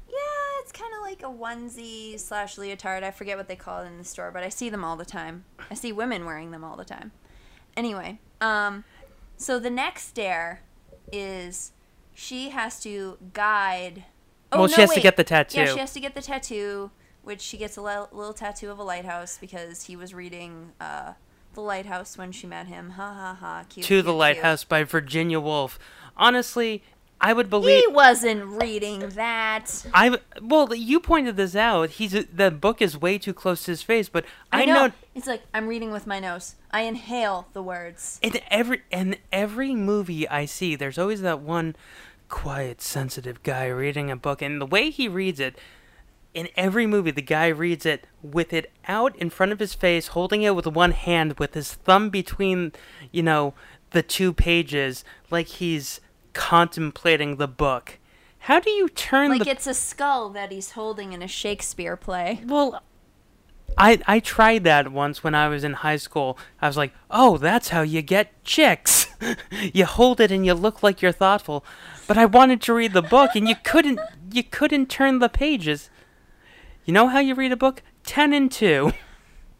Yeah, it's kind of like a onesie slash leotard. I forget what they call it in the store, but I see them all the time. I see women wearing them all the time. Anyway, um, so the next dare is she has to guide. Oh, Well, she no, has to wait. get the Yeah, tattoo. she has to get the tattoo, which she gets a li- little tattoo of a lighthouse because he was reading uh, the lighthouse when she met him. Ha ha ha! Cute. to cute, the cute. Lighthouse by Virginia Woolf. Honestly, I would believe. He wasn't reading that. I well, you pointed this out. He's the book is way too close to his face, but I, know. It's like I'm reading with my nose. I inhale the words. in every in every movie I see, there's always that one quiet, sensitive guy reading a book, and the way he reads it. In every movie, the guy reads it with it out in front of his face, holding it with one hand, with his thumb between, you know, the two pages, like he's contemplating the book. How do you turn Like the it's a skull that he's holding in a Shakespeare play. well, I I tried that once when I was in high school. I was like, "Oh, that's how you get chicks. you hold it and you look like you're thoughtful." But I wanted to read the book and you couldn't you couldn't turn the pages. You know how you read a book? 10 and 2.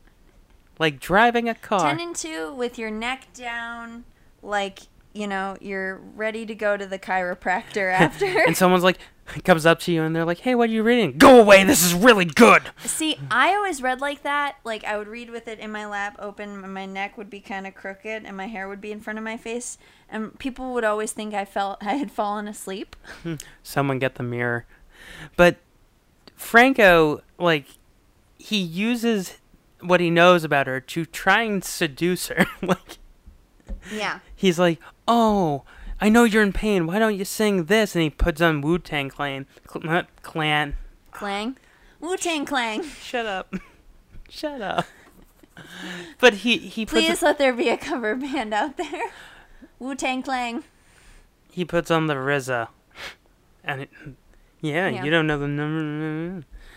like driving a car. Ten and two with your neck down, like you know you're ready to go to the chiropractor after. and someone's like comes up to you and they're like, "Hey, what are you reading?" "Go away. This is really good." See, I always read like that. Like I would read with it in my lap open, and my neck would be kind of crooked, and my hair would be in front of my face, and people would always think I felt I had fallen asleep. someone get the mirror. But Franco, like, he uses what he knows about her to try and seduce her. like, Yeah. he's like, "Oh, I know you're in pain. Why don't you sing this?" And he puts on Wu Tang Clan. Cl- not Clan. Clang. Wu Tang Clang. Shut up. Shut up. But he he puts Please let there be a cover band out there. Wu Tang Clang. he puts on the RZA, and it, yeah, Yeah. you don't know the number.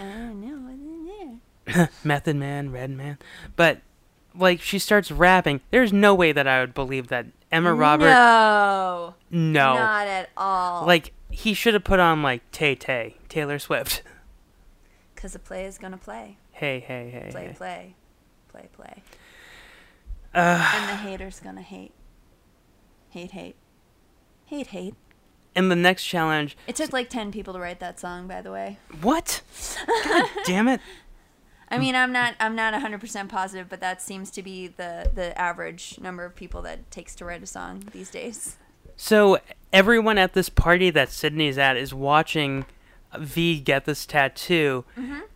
I don't know what's in there. Method Man, Red Man. But like she starts rapping. There's no way that I would believe that Emma Robert No, no. not at all. Like he should have put on like Tay Tay, Taylor Swift. Cause the play is gonna play, Hey, hey, hey. play, hey. play, play, play. and the hater's gonna hate, hate, hate, hate, hate. And the next challenge, It took like 10 people to write that song, by the way. what? God damn it. I mean, I'm not I'm not 100% positive, but that seems to be the the average number of people that it takes to write a song these days. So everyone at this party that Sydney's at is watching V get this tattoo,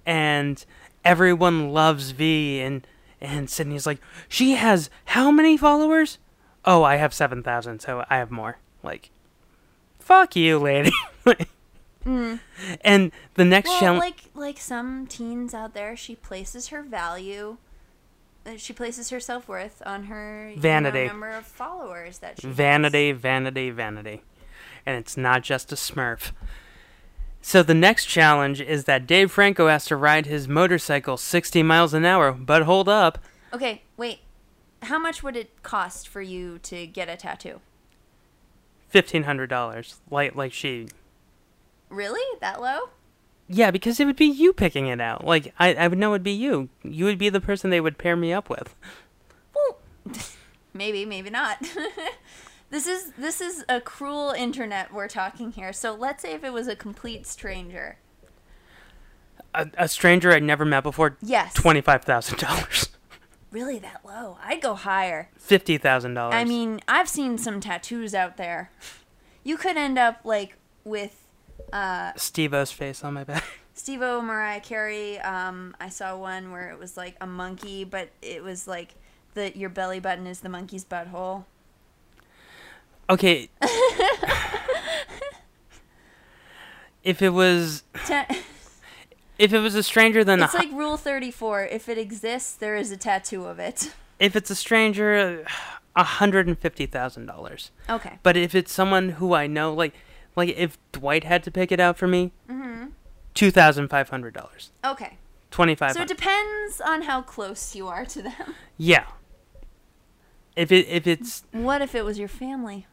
and everyone loves V. And and Sydney's like, she has how many followers? Oh, I have seven thousand, so I have more. Like, fuck you, lady. And the next Well, challenge. like like some teens out there, she places her value, uh, she places her self worth on her you know, Vanity. number of followers that she has. Vanity, vanity, vanity. And it's not just a smurf. So the next challenge is that Dave Franco has to ride his motorcycle 60 miles an hour, but hold up, Okay, wait. How much would it cost for you to get a tattoo? $1500 like like she. Really? That low? Yeah, because it would be you picking it out. Like I I would know it'd be you. You would be the person they would pair me up with. Well, maybe, maybe not. this is this is a cruel internet we're talking here. So let's say if it was a complete stranger. A, a stranger I'd never met before. Yes. $25,000. Really that low? I'd go higher. $50,000. I mean, I've seen some tattoos out there. You could end up like with Steve-O's face on my back. Steve O, Mariah Carey. Um, I saw one where it was like a monkey, but it was like the your belly button is the monkey's butthole. Okay. if it was Ta- If it was a stranger, then it's a, like Rule Thirty Four. If it exists, there is a tattoo of it. if it's a stranger, a hundred and fifty thousand dollars. Okay. But if it's someone who I know, like like if Dwight had to pick it out for me, Mm-hmm. thousand five hundred dollars, Okay. twenty five. So it depends on how close you are to them. yeah. If it if it's What if it was your family?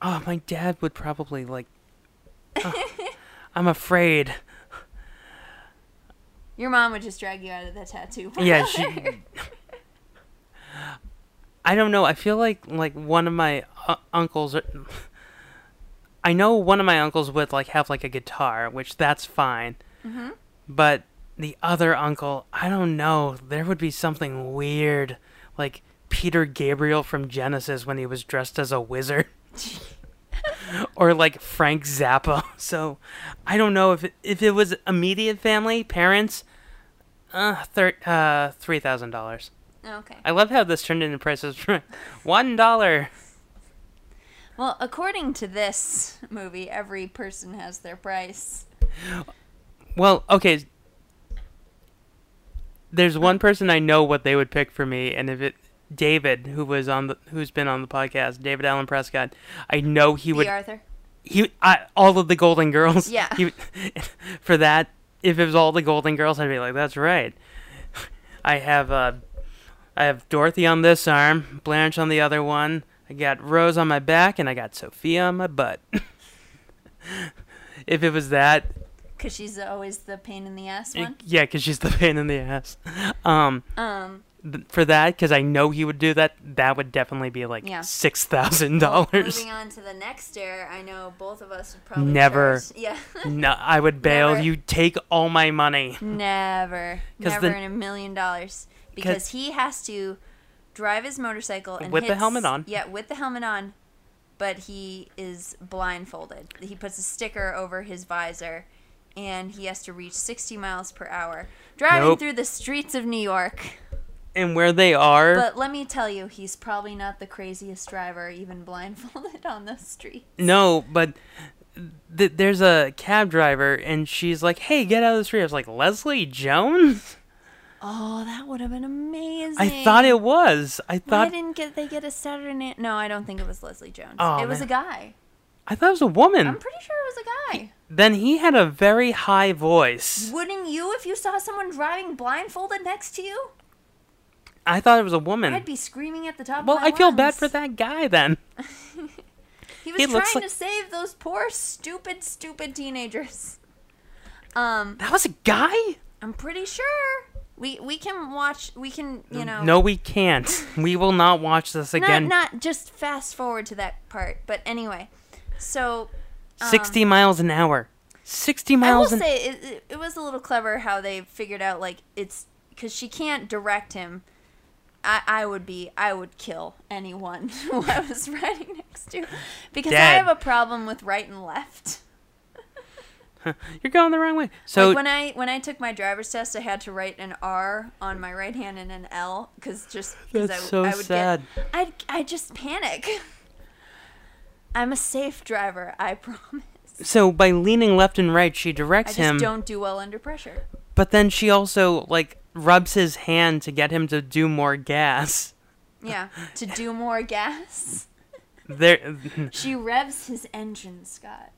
oh my dad would probably like. oh, I'm afraid. Your mom would just drag you out of the tattoo. parlor. Yeah, she. I don't know. I feel like like one of my u- uncles. Are, I know one of my uncles would like have like a guitar, which that's fine. But the other uncle, I don't know. There would be something weird, like Peter Gabriel from Genesis when he was dressed as a wizard. Or like Frank Zappa. So, I don't know if it, if it was immediate family, parents, uh, thir- uh, three thousand dollars. Okay. I love how this turned into prices for one dollar. Well, according to this movie, every person has their price. Well, okay. There's one person I know what they would pick for me, and if it David, who was on the who's been on the podcast, David Allen Prescott, I know he would the Arthur. he I, all of the Golden Girls. Yeah. He, for that, if it was all the Golden Girls, I'd be like, that's right. I have uh, I have Dorothy on this arm, Blanche on the other one. I got Rose on my back, and I got Sophia on my butt. if it was that, Because she's always the pain in the ass yeah, one. 'cause yeah, because she's the pain in the ass. Um, Um, th- for that, because I know he would do that. That would definitely be like Yeah. six thousand dollars. moving on to the next dare, I know both of us would probably Never. charge- Yeah, No, I would bail. Never. You take all my money. never, 'Cause never the- in a million dollars because he has to drive his motorcycle and With the hits- helmet on. Yeah, with the helmet on, but he is blindfolded. He puts a sticker over his visor, and he has to reach 60 miles per hour driving Nope. through the streets of New York. And where they are, But let me tell you, he's probably not the craziest driver, even blindfolded on the street. No, but th- there's a cab driver, and she's like, "Hey, get out of the street." I was like, "Leslie Jones." Oh, that would have been amazing. I thought it was. I Why thought didn't get they get a Saturday night? No, I don't think it was Leslie Jones. Oh, it was man. a guy. I thought it was a woman. I'm pretty sure it was a guy. then he had a very high voice. Wouldn't you if you saw someone driving blindfolded next to you? I thought it was a woman. I'd be screaming at the top well, of my I feel bad lungs. for that guy then. He was He trying looks to like- save those poor stupid stupid teenagers. Um, That was a guy? I'm pretty sure we we can watch we can, you know, No, we can't. We will not watch this not again. not just fast forward to that part, but anyway. So 60 miles an hour. 60 I will miles an say it, it, it was a little clever how they figured out like it's because she can't direct him I, I would be I would kill anyone who I was riding next to because I Dad. have a problem with right and left. You're going the wrong way. So like when I when I took my driver's test, I had to write an R on my right hand and an L because just because I, That's so I would sad. get I I just panic. I'm a safe driver, I promise. so by leaning left and right, she I directs just him. don't do well under pressure. But then she also like rubs his hand to get him to do more gas. Yeah, to do more gas. There, She revs his engine, Scott.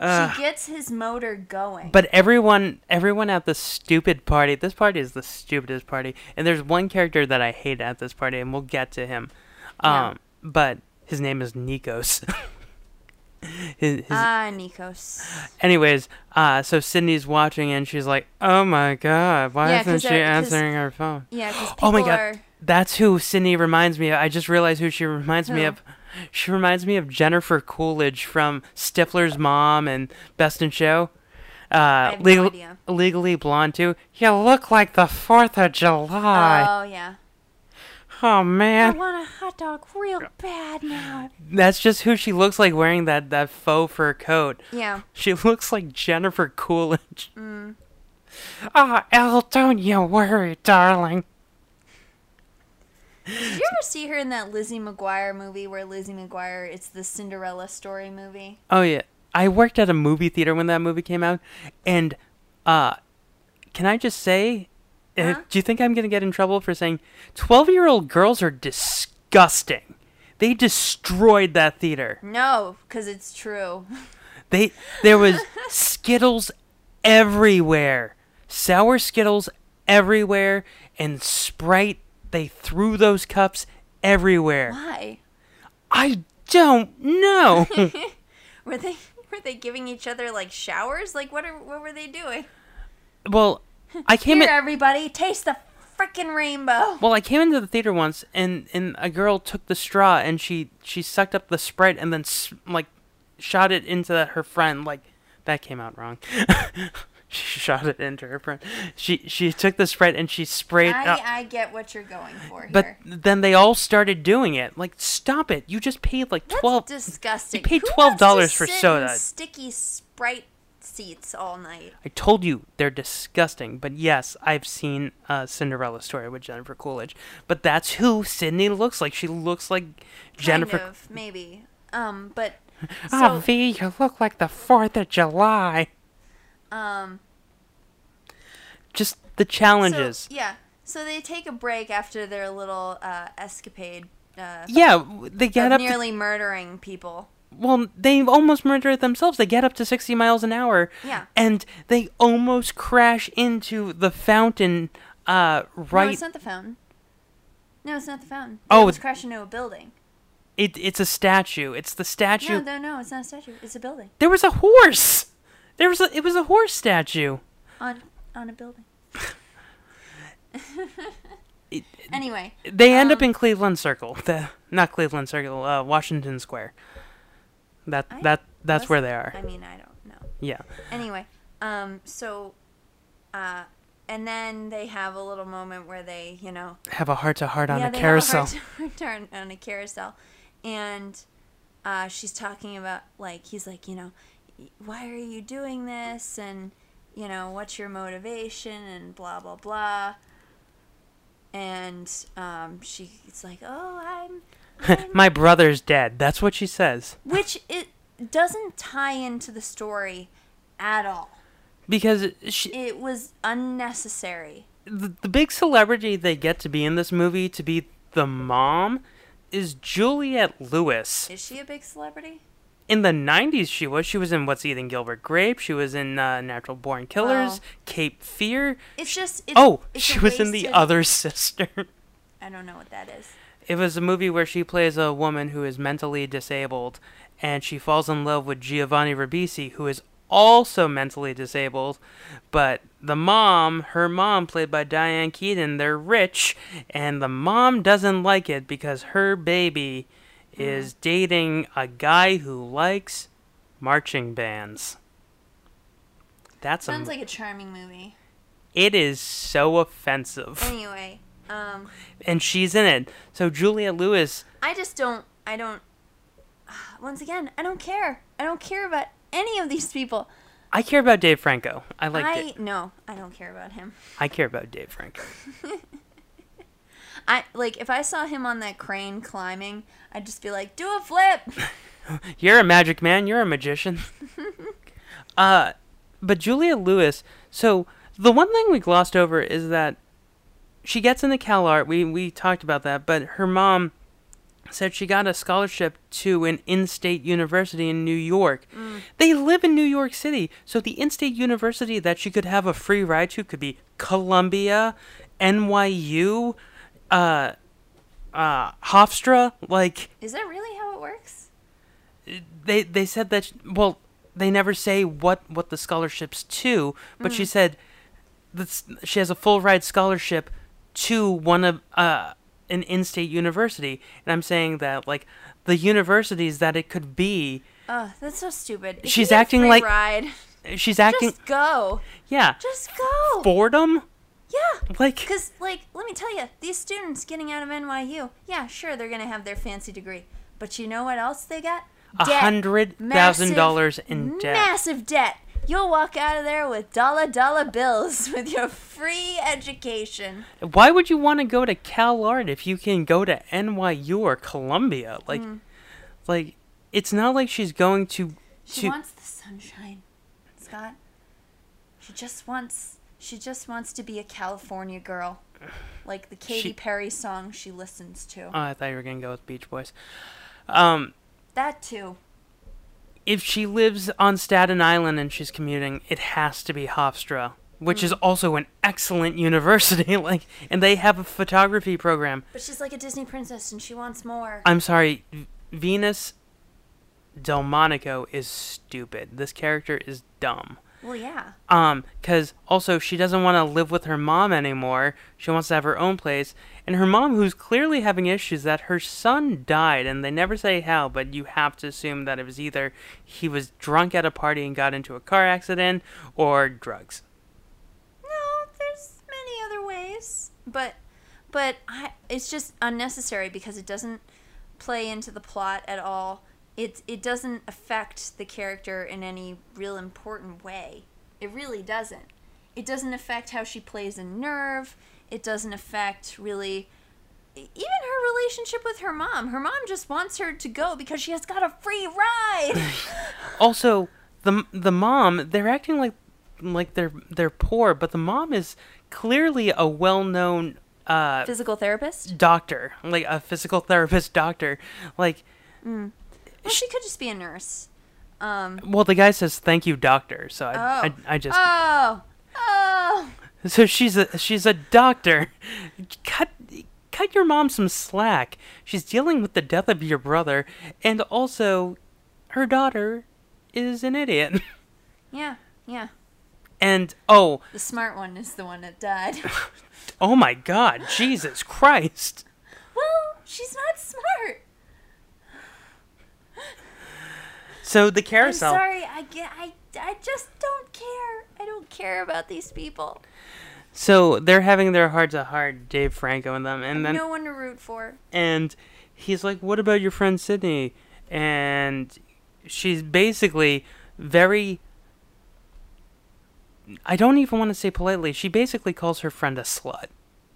she gets his motor going. Uh, but everyone, everyone at the stupid party. This party is the stupidest party, and there's one character that I hate at this party, and we'll get to him. Um, but his name is Nikos. his, his ah, Nikos. Anyways, uh, so Sydney's watching and she's like, "Oh my god, why Yeah, isn't 'cause she they're- 'cause- answering her phone?" Yeah, because people Oh my god, are. that's who Sydney reminds me of. I just realized who she reminds me Who? of. She reminds me of Jennifer Coolidge from Stifler's Mom and Best in Show. Uh, have no legal, idea. Legally Blonde too. You look like the Fourth of July. Oh yeah. oh I man, want a hot dog real bad now. that's just who she looks like wearing that that faux fur coat. Yeah. She looks like Jennifer Coolidge. Mm. Ah, Elle, don't you worry, darling. Did you ever see her in that Lizzie McGuire movie where Lizzie McGuire? It's the Cinderella story movie. Oh yeah, I worked at a movie theater when that movie came out, and uh, can I just say, uh do you think I'm gonna get in trouble for saying twelve-year-old girls are disgusting? They destroyed that theater. No, because it's true. They there was Skittles everywhere, sour Skittles everywhere, and Sprite. They threw those cups everywhere. Why I don't know. were they were they giving each other like showers? Like what are what were they doing? well, I came Here, in. everybody, taste the freaking rainbow. Well, I came into the theater once, and and a girl took the straw and she she sucked up the Sprite and then s- like shot it into her friend. Like that came out wrong. she shot it into her friend. She she took the Sprite and she sprayed. uh, I, I get what you're going for but here. then they all started doing it. Like, stop it! You just paid like That's twelve. disgusting. you paid Who wants $12 to for sit in soda. Sticky Sprite seats all night. I told you they're disgusting, but yes, I've seen uh, Cinderella story with Jennifer Coolidge. But that's who Sydney looks like. She looks like Jennifer. Kind of, maybe. Um, but Ah, so V, you look like the Fourth of July. um, Just the so- challenges. yeah. So they take a break after their little uh, escapade uh, yeah, w- they get of up. to- nearly murdering people. well, they almost murder it themselves. They get up to sixty miles an hour. Yeah. And they almost crash into the fountain. Uh, No, right. it's not the fountain. No, it's not the fountain. Oh, Oh, it's it's- crashing into a building. it, it's a statue. It's the statue. No, no, no, it's not a statue. It's a building there was a horse. There was a. It was a horse statue. on on a building. anyway, They end Um, up in Cleveland Circle. The, not Cleveland Circle. Uh, Washington Square. That that that's where they are. I mean, I don't know. yeah. anyway, um, so, uh, and then they have a little moment where they, you know, Have a heart to heart on yeah, a they carousel. have a hard time on a carousel, and uh, she's talking about like he's like, you know, why are you doing this, and you know, what's your motivation, and blah blah blah. And um, she's like, "Oh, I'm," My brother's dead. That's what she says. which it doesn't tie into the story at all. Because she, It was unnecessary. the, the big celebrity they get to be in this movie to be the mom is Juliette Lewis. Is she a big celebrity? In the 90s, she was. She was in What's Eating Gilbert Grape. She was in uh, Natural Born Killers, Wow. Cape Fear. It's just. It's, Oh, it's a she was in The wasted- Other Sister. I don't know what that is. It was a movie where she plays a woman who is mentally disabled and she falls in love with Giovanni Ribisi, who is also mentally disabled. But the mom, her mom, played by Diane Keaton, they're rich, and the mom doesn't like it because her baby is dating a guy who likes marching bands. That's a, Sounds like a charming movie. it is so offensive. Oh. Anyway, and she's in it. So Julia Lewis, I just don't. I don't. Once again, I don't care. I don't care about any of these people. I care about Dave Franco. I like I Dave. no, I don't care about him. I care about Dave Franco. I like if I saw him on that crane climbing, I'd just be like, "Do a flip." You're a magic man. You're a magician. uh, but Julia Lewis. So the one thing we glossed over is that she gets into Cal Art. We we talked about that, but her mom said she got a scholarship to an in-state university in New York. They live in New York City, so the in-state university that she could have a free ride to could be Columbia, NYU, uh, uh, Hofstra, like Is that really how it works? they they said that well they never say what what the scholarship's to but Mm. she said that s- she has a full ride scholarship to one of uh an in-state university and i'm saying that like the universities that it could be Ugh, that's so stupid. If She's you get a acting free like- ride. she's acting Just go. yeah Just go. boredom yeah. like Cause like, let me tell you, these students getting out of NYU, yeah, sure, they're gonna have their fancy degree, but you know what else they got? a Debt. hundred thousand dollars in Massive- debt Massive debt. You'll walk out of there with dollar dollar bills with your free education. why would you want to go to Cal Art if you can go to NYU or Columbia? Like, Mm. like it's not like she's going to. She to wants the sunshine, Scott. She just wants. She just wants to be a California girl, like the Katy She- Perry song she listens to. oh, I thought you were gonna go with Beach Boys. Um, that too. if she lives on Staten Island and she's commuting, it has to be Hofstra, which is also an excellent university. Like, and they have a photography program. But she's like a Disney princess, and she wants more. I'm sorry, V- Venus Delmonico is stupid. This character is dumb. well, yeah. um because also she doesn't want to live with her mom anymore she wants to have her own place and her mom who's clearly having issues that her son died and they never say how but you have to assume that it was either he was drunk at a party and got into a car accident or drugs No, there's many other ways, but but I, it's just unnecessary because it doesn't play into the plot at all. It it doesn't affect the character in any real important way. It really doesn't. It doesn't affect how she plays a nerve. It doesn't affect really e, even her relationship with her mom. Her mom just wants her to go because she has got a free ride. also the the mom they're acting like like they're they're poor but the mom is clearly a well-known uh Physical therapist? doctor like a physical therapist doctor like Well, she could just be a nurse. Well, the guy says thank you, doctor. So I, Oh. I, I just Oh. Oh. so she's a she's a doctor. Cut cut your mom some slack. She's dealing with the death of your brother, and also her daughter is an idiot. Yeah, yeah. And oh, The smart one is the one that died. oh my God, Jesus Christ! well, she's not smart. So the I'm carousel. sorry. I get. I. I just don't care. I don't care about these people. So they're having their heart to heart, Dave Franco and them, and then no one to root for. and he's like, "What about your friend Sydney?" And she's basically very I don't even want to say politely. She basically calls her friend a slut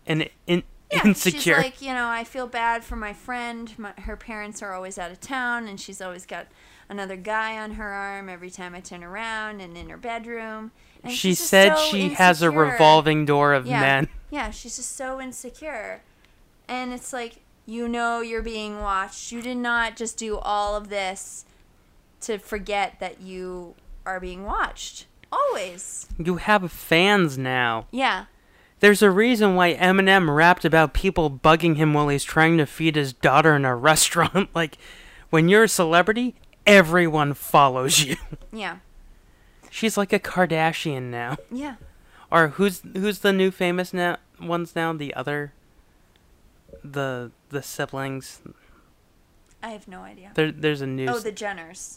and in, insecure. She's like, you know, I feel bad for my friend. My, her parents are always out of town, and she's always got another guy on her arm every time I turn around and in her bedroom. And she she's just said so she has a insecure. revolving door of yeah. men. Yeah, she's just so insecure. And it's like, you know you're being watched. You did not just do all of this to forget that you are being watched. Always. You have fans now. Yeah. There's a reason why Eminem rapped about people bugging him while he's trying to feed his daughter in a restaurant. like, when you're a celebrity, everyone follows you. Yeah. She's like a Kardashian now. Yeah. Or who's who's the new famous now ones now? The other the the siblings. I have no idea. There there's a new Oh, s- the Jenners.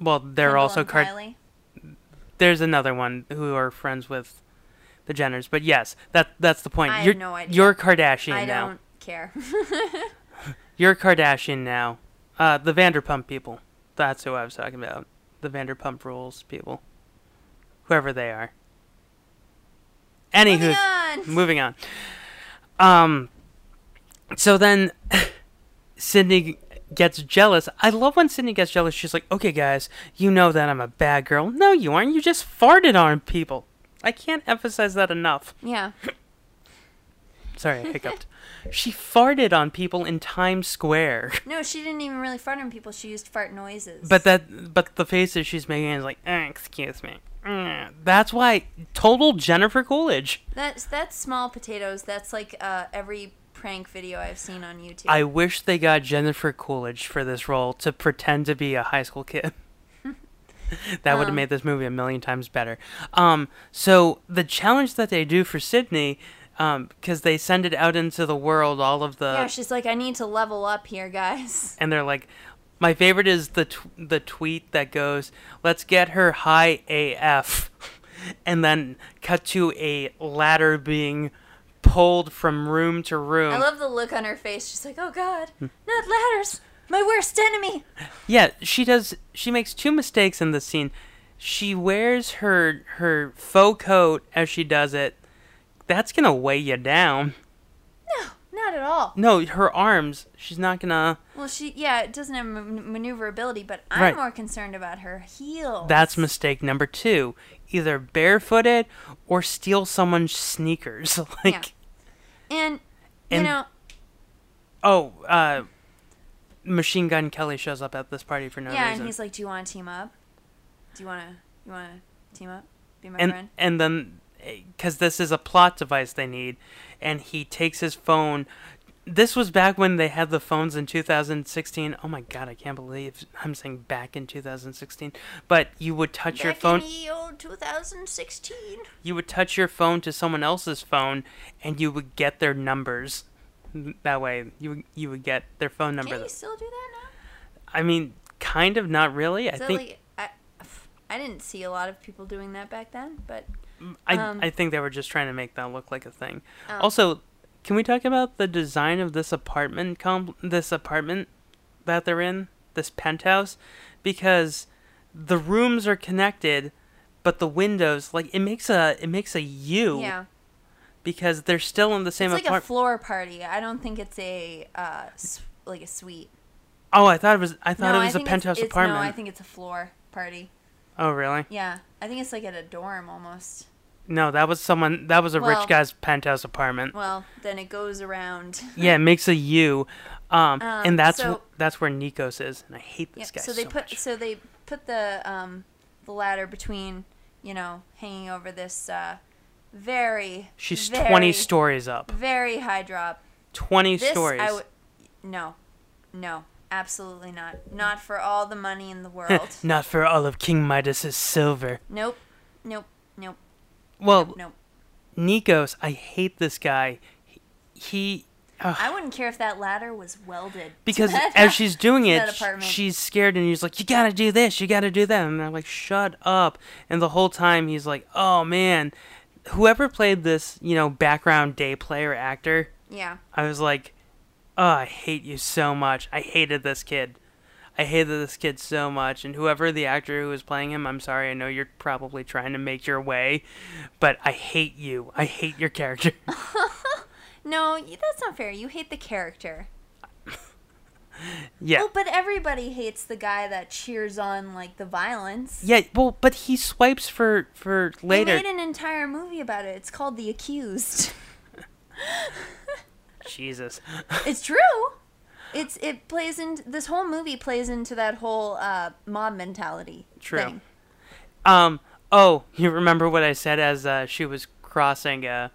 well, they're Kendall also and Kar- Kylie. there's another one who are friends with the Jenners. But yes, that that's the point. I have you're no idea. you're Kardashian I now. don't care. You're Kardashian now. Uh, the Vanderpump people. That's who I was talking about. The Vanderpump Rules people. Whoever they are. Anywho, Moving on. moving on. Um, so then Sydney g- gets jealous. I love when Sydney gets jealous. She's like, "Okay, guys, you know that I'm a bad girl. No, you aren't. You just farted on people. I can't emphasize that enough." yeah. Sorry, I hiccuped. she farted on people in Times Square. No, she didn't even really fart on people. She used fart noises. But that, but the faces she's making is like, "Uh, excuse me. Uh, That's why total Jennifer Coolidge. that's that's small potatoes. That's like uh, every prank video I've seen on YouTube. I wish they got Jennifer Coolidge for this role to pretend to be a high school kid. that would have made this movie a million times better. Um, so the challenge that they do for Sydney, because they send it out into the world, all of the yeah, she's like, I need to level up here, guys. and they're like my favorite is the t- the tweet that goes let's get her high af and then cut to a ladder being pulled from room to room I love the look on her face. She's like, Oh God, not ladders, my worst enemy. yeah she does she makes two mistakes in this scene she wears her her faux coat as she does it that's gonna weigh you down Not at all. no her arms she's not gonna Well, she yeah, it doesn't have man- maneuverability, but I'm Right. more concerned about her heel. That's mistake number two. Either barefooted or steal someone's sneakers. like, and you And- know, oh, uh, Machine Gun Kelly shows up at this party for no yeah, reason. and he's like, "Do you want to team up? Do you want to you want to team up? Be my and, friend." and then, because this is a plot device they need, and he takes his phone. This was back when they had the phones in 2016. Oh my god, I can't believe I'm saying back in 2016. But you would touch your Back phone. in the old 2016. you would touch your phone to someone else's phone and you would get their numbers that way you would- you would get their phone number Can you still do that now? i mean kind of not really i Is that think like I, I didn't see a lot of people doing that back then, but I, um, oh. I think they were just trying to make that look like a thing also can we talk about the design of this apartment com- this apartment that they're in this penthouse because the rooms are connected but the windows like it makes a it makes a u yeah, because they're still in the same it's like a apartment floor party. I don't think it's a uh, s- like a suite. Oh, I thought it was. I thought no, it I was a think it's- penthouse it's- apartment. No, I think it's a floor party. oh, really? Yeah, I think it's like at a dorm almost. No, that was someone. That was a Well- rich guy's penthouse apartment. Well, then it goes around. yeah, it makes a U, um, and that's so- wh- that's where Nikos is, and I hate this guy so they put much. so they put the um, the ladder between you know hanging over this uh, very She's very, twenty stories up. very high drop. Twenty This stories. I would no, no, absolutely not. Not for all the money in the world. Not for all of King Midas's silver. nope, nope, nope, Well, nope. Nikos, I hate this guy. He, he I wouldn't care if that ladder was welded. because as she's doing that it, sh- apartment. she's scared, and he's like, "You gotta do this, you gotta do that," and I'm like, "Shut up!" And the whole time he's like, "Oh man, whoever played this, you know, background day player actor," yeah, I was like, "Oh, I hate you so much. I hated this kid. I hated this kid so much." And whoever the actor who was playing him, I'm sorry. I know you're probably trying to make your way, but I hate you. I hate your character. no, y- that's not fair. You hate the character. yeah. Oh, but everybody hates the guy that cheers on like the violence. Yeah, well, but he swipes for for They later. made an entire movie about it. It's called The Accused. Jesus. it's true. It's it plays in this whole movie plays into that whole uh, mob mentality. True. Thing. Um. Oh, you remember what I said as uh, she was crossing uh,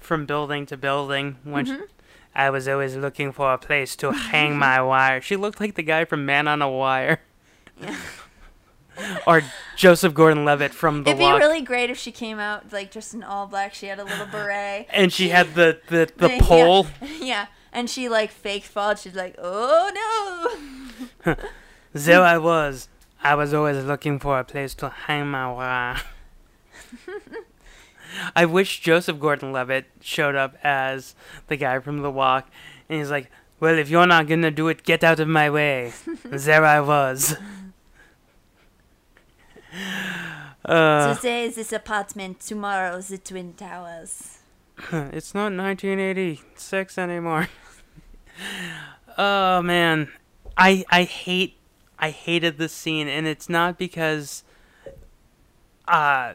from building to building when Mm-hmm. she- I was always looking for a place to hang my wire. She looked like the guy from Man on a Wire. or Joseph Gordon-Levitt from The It'd be Walk. really great if she came out like just in all black. She had a little beret. and she had the the, the Yeah. pole. Yeah. And she like fake fall. She's like, oh no. There I was. I was always looking for a place to hang my wire. I wish Joseph Gordon-Levitt showed up as the guy from The Walk, and he's like, "Well, if you're not gonna do it, get out of my way." there I was. Uh. Today is this apartment, tomorrow is the Twin Towers. It's not 1986 anymore. oh man, I I hate I hated this scene, and it's not because uh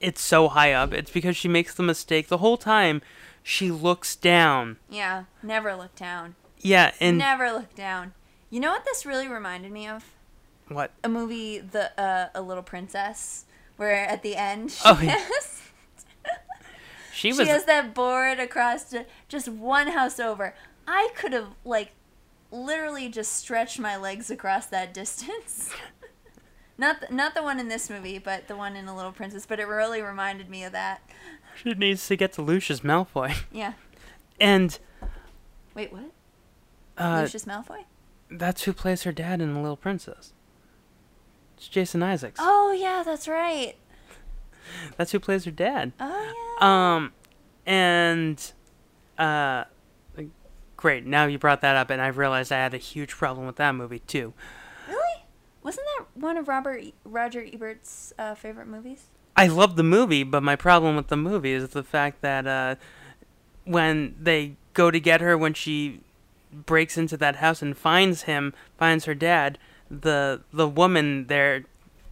it's so high up. It's because she makes the mistake the whole time. She looks down. Yeah, never look down. Yeah, and Never look down. You know what this really reminded me of? what? a movie, the uh, A Little Princess, where at the end she, Oh, yeah. has, She she was has that board across to just one house over. I could have like literally just stretched my legs across that distance. not the, not the one in this movie, but the one in A Little Princess. But it really reminded me of that. she needs to get to Lucius Malfoy. Yeah. And Wait, what? uh, Lucius Malfoy? that's who plays her dad in The Little Princess. It's Jason Isaacs. Oh yeah, that's right. That's who plays her dad. Oh yeah. Um, and uh, great. Now you brought that up, and I realized I had a huge problem with that movie too. really? Wasn't that one of Robert E- Roger Ebert's uh, favorite movies? I love the movie, but my problem with the movie is the fact that uh, when they go to get her, when she breaks into that house and finds him, finds her dad, the the woman there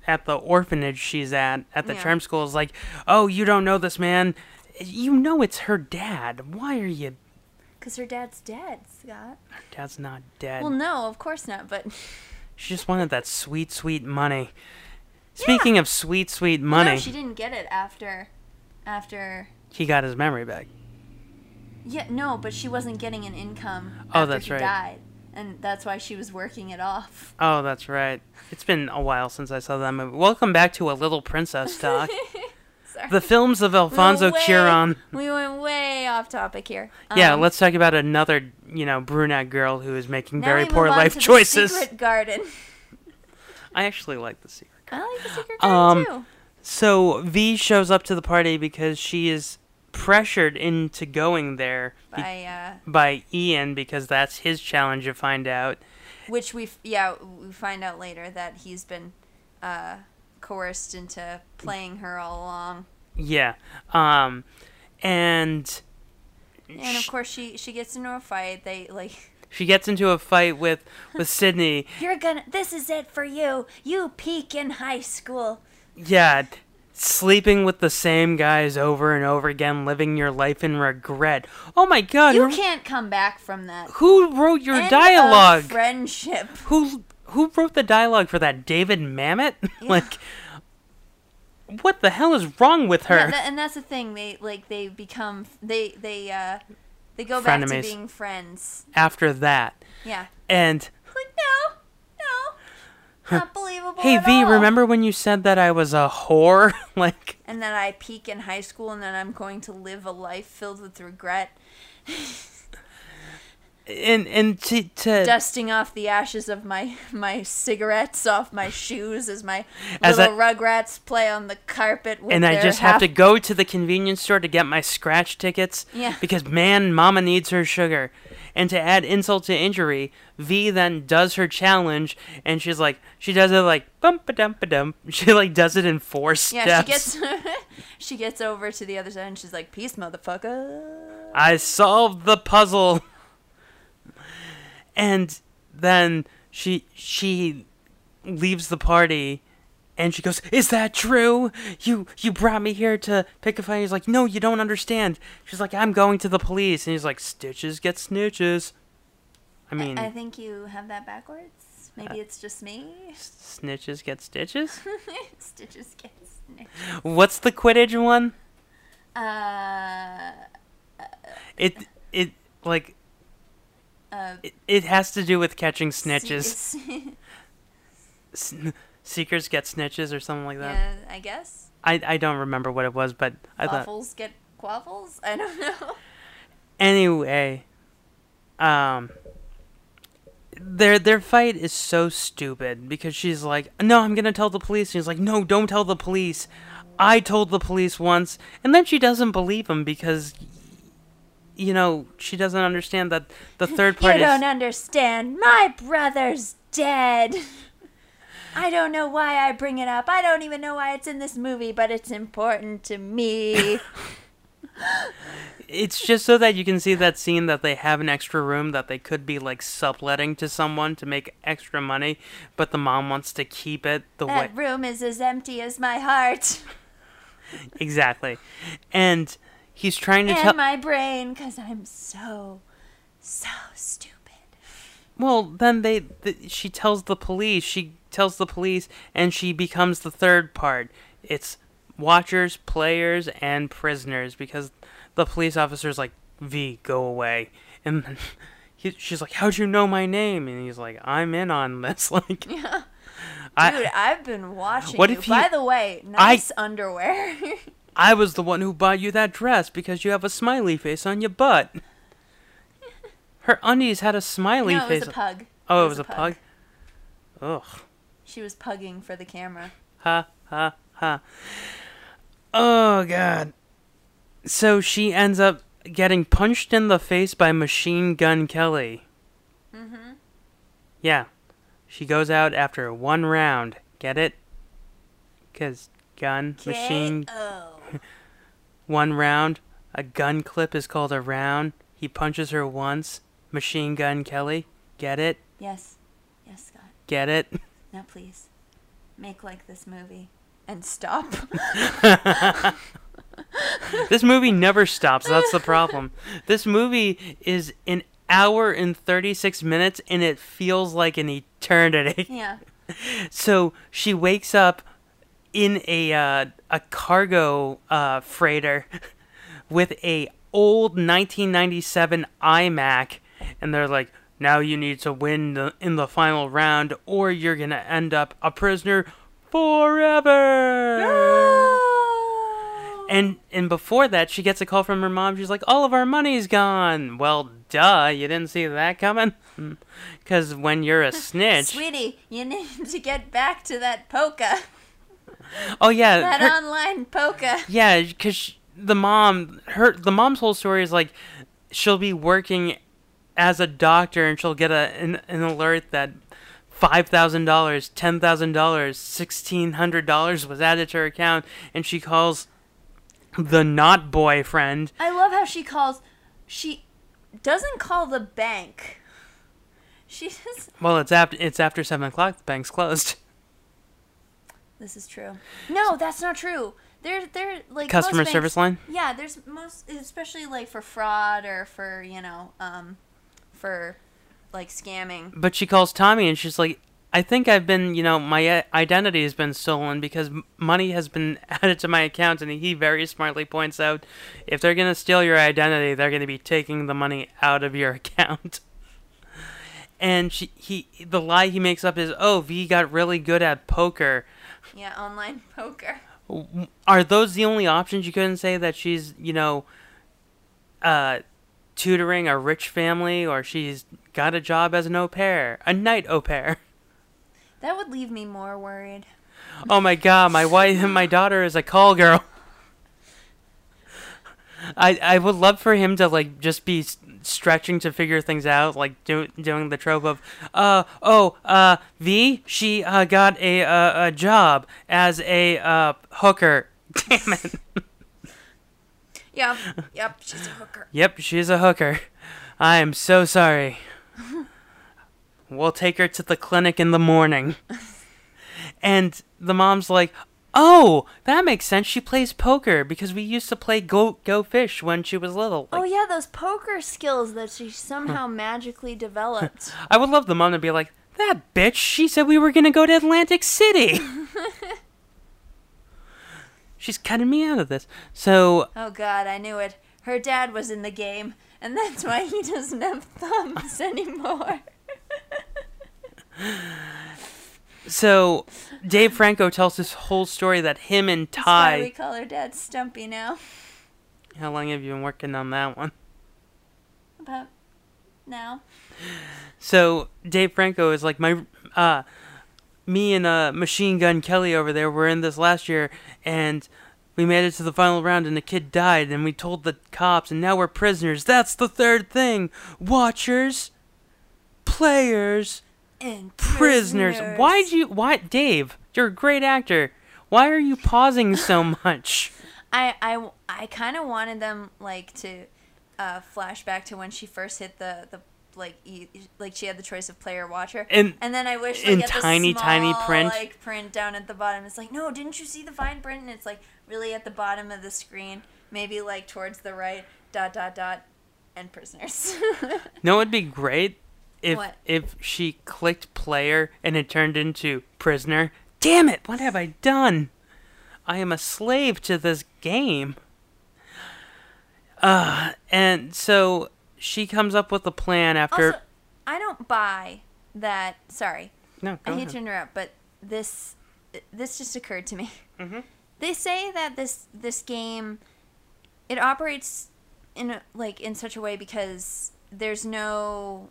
at the orphanage she's at at the Yeah. charm school is like, "Oh, you don't know this man. You know it's her dad. Why are you?" Because her dad's dead, Scott. Dad's not dead. Well, no, of course not. But She just wanted that sweet, sweet money. Speaking of sweet, sweet money, no, she didn't get it after, after. he got his memory back. Yeah, no, but she wasn't getting an income. Oh, after that's he right. Died, and that's why she was working it off. Oh, that's right. It's been a while since I saw that movie. Welcome back to A Little Princess Talk. Sorry. the films of We went Alfonso way- Cuaron. We went way off topic here. yeah, Um, let's talk about another, you know, brunette girl who is making now very we poor move on life to the choices. secret garden. I actually like the secret. I like the secret Um, garden too. So V shows up to the party because she is pressured into going there be- By uh, by Ian because that's his challenge to find out. which we f- yeah we find out later that he's been uh, coerced into playing her all along. Yeah. Um and And of course she she gets into a fight. They like she gets into a fight with with Sydney. You're gonna. This is it for you. You peak in high school. Yeah, sleeping with the same guys over and over again, living your life in regret. Oh my god. You who- can't come back from that. who wrote your End of dialogue? friendship. who who wrote the dialogue for that David Mamet? like what the hell is wrong with her? Yeah, tha- and that's the thing. They like they become they they uh they go back to Frenemies. being friends. After that. Yeah. And Like no, no, not believable. hey at V, all. remember when you said that I was a whore? like And that I peak in high school, and then I'm going to live a life filled with regret, and and to to dusting off the ashes of my my cigarettes off my shoes as my As little I- Rugrats play on the carpet. With and I their just have half to go to the convenience store to get my scratch tickets Yeah. because man, mama needs her sugar. And to add insult to injury, V then does her challenge and she's like she does it like bump a dump a dump. She like does it in four steps. Yeah, she gets she gets over to the other side and she's like, "Peace, motherfucker." I solved the puzzle. And then she she leaves the party and she goes, "Is that true? You you brought me here to pick a fight." He's like, "No, you don't understand." She's like, "I'm going to the police." And he's like, "Stitches get snitches." I mean, I think you have that backwards. Uh. Maybe it's just me. snitches get stitches? Stitches get snitched. What's the Quidditch one? Uh, It it like Uh, it, it has to do with catching snitches. s- Sn- Seekers get snitches or something like that. yeah, I guess I, I don't remember what it was, but I thought waffles get quaffles. I don't know. anyway. Um, their their fight is so stupid because she's like, "No, I'm gonna tell the police." And he's like, "No, don't tell the police. I told the police once, and then she doesn't believe him because, you know, she doesn't understand that the third You part is. don't understand. My brother's dead. I don't know why I bring it up. I don't even know why it's in this movie, but it's important to me. It's just so that you can see that scene that they have an extra room that they could be like subletting to someone to make extra money, but the mom wants to keep it the way that room is as empty as my heart exactly, and he's trying to tell. and my brain because I'm so, so stupid. Well, then they th- she tells the police. She tells the police, and she becomes the third part. It's watchers, players, and prisoners because the police officer's like, "V, go away," and then he, she's like, "How'd you know my name?" And he's like, "I'm in on this." Like, Dude, I I've been watching What you. if you- By the way, nice underwear. I was the one who bought you that dress because you have a smiley face on your butt. Her undies had a smiley no, it face. was a pug. Oh, it was, a pug. Ugh. She was pugging for the camera. ha ha ha. Oh god. So she ends up getting punched in the face by Machine Gun Kelly. Mhm. Yeah. She goes out after one round. Get it? Cuz gun machine Oh, one round. A gun clip is called a round. He punches her once. Machine Gun Kelly. Get it? yes, yes, Scott. Get it? Now please, make like this movie and stop. This movie never stops. That's the problem. This movie is an hour and 36 minutes and it feels like an eternity. yeah. So she wakes up in a uh, a cargo uh, freighter with a old 1997 iMac and they're like now you need to win the, in the final round or you're going to end up a prisoner forever. Ah. And and before that, she gets a call from her mom. She's like, "All of our money's gone." Well, duh, you didn't see that coming. Because when you're a snitch, Sweetie, you need to get back to that polka, oh yeah, that her, online polka. yeah, because the mom, her the mom's whole story is like, she'll be working as a doctor and she'll get a an, an alert that. Five thousand dollars, ten thousand dollars, sixteen hundred dollars was added to her account, and she calls the not boyfriend I love how she calls. She doesn't call the bank. She just. Well, it's after it's after seven o'clock. The bank's closed. This is true. No, that's not true. They're they're like most Customer banks- service line? Yeah, there's most especially like for fraud or for you know um for like scamming. But she calls Tommy and she's like, "I think I've been, you know, my i- identity has been stolen because m- money has been added to my account." And he very smartly points out, "If they're gonna steal your identity, they're gonna be taking the money out of your account." And she, he, the lie he makes up is, "Oh, V got really good at poker." Yeah, online poker. Are those the only options? You couldn't say that she's, you know, uh, tutoring a rich family or she's got a job as an au pair, a night au pair. That would leave me more worried. Oh my god, my wife my daughter is a call girl. I I would love for him to like just be s- stretching to figure things out, like do, doing the trope of uh oh uh V she uh got a uh, a job as a uh hooker. Damn it. Yep, yep, she's a hooker. Yep, she's a hooker. I am so sorry. we'll take her to the clinic in the morning. and the mom's like, "Oh, that makes sense. She plays poker because we used to play go go fish when she was little." Oh Like, yeah, those poker skills that she somehow magically developed. I would love the mom to be like, "That bitch. She said we were gonna go to Atlantic City." She's cutting me out of this. So Oh god, I knew it. Her dad was in the game, and that's why he doesn't have thumbs anymore. so Dave Franco tells this whole story that him and That's why Ty. we call her dad Stumpy now. How long have you been working on that one? About now. So Dave Franco is like my uh me and uh Machine Gun Kelly over there were in this last year and We made it to the final round and the kid died, and we told the cops, and now we're prisoners. That's the third thing. Watchers, players, And prisoners. Why'd you. Why, Dave, you're a great actor. Why are you pausing so much? I I, I kind of wanted them like to uh, flash back to when she first hit the the like e- like she had the choice of player watcher And- and then I wish like, and at the tiny, tiny small, print. like print down at the bottom it's like no didn't you see the fine print and it's like really at the bottom of the screen maybe like towards the right dot dot dot and prisoners No, it'd be great if What? if she clicked player and it turned into prisoner. Damn it! What have I done? I am a slave to this game. Uh, and so she comes up with a plan after. also I don't buy that sorry no, I go hate ahead. to interrupt, but this this just occurred to me. Mm-hmm. They say that this this game it operates in a, like in such a way because there's no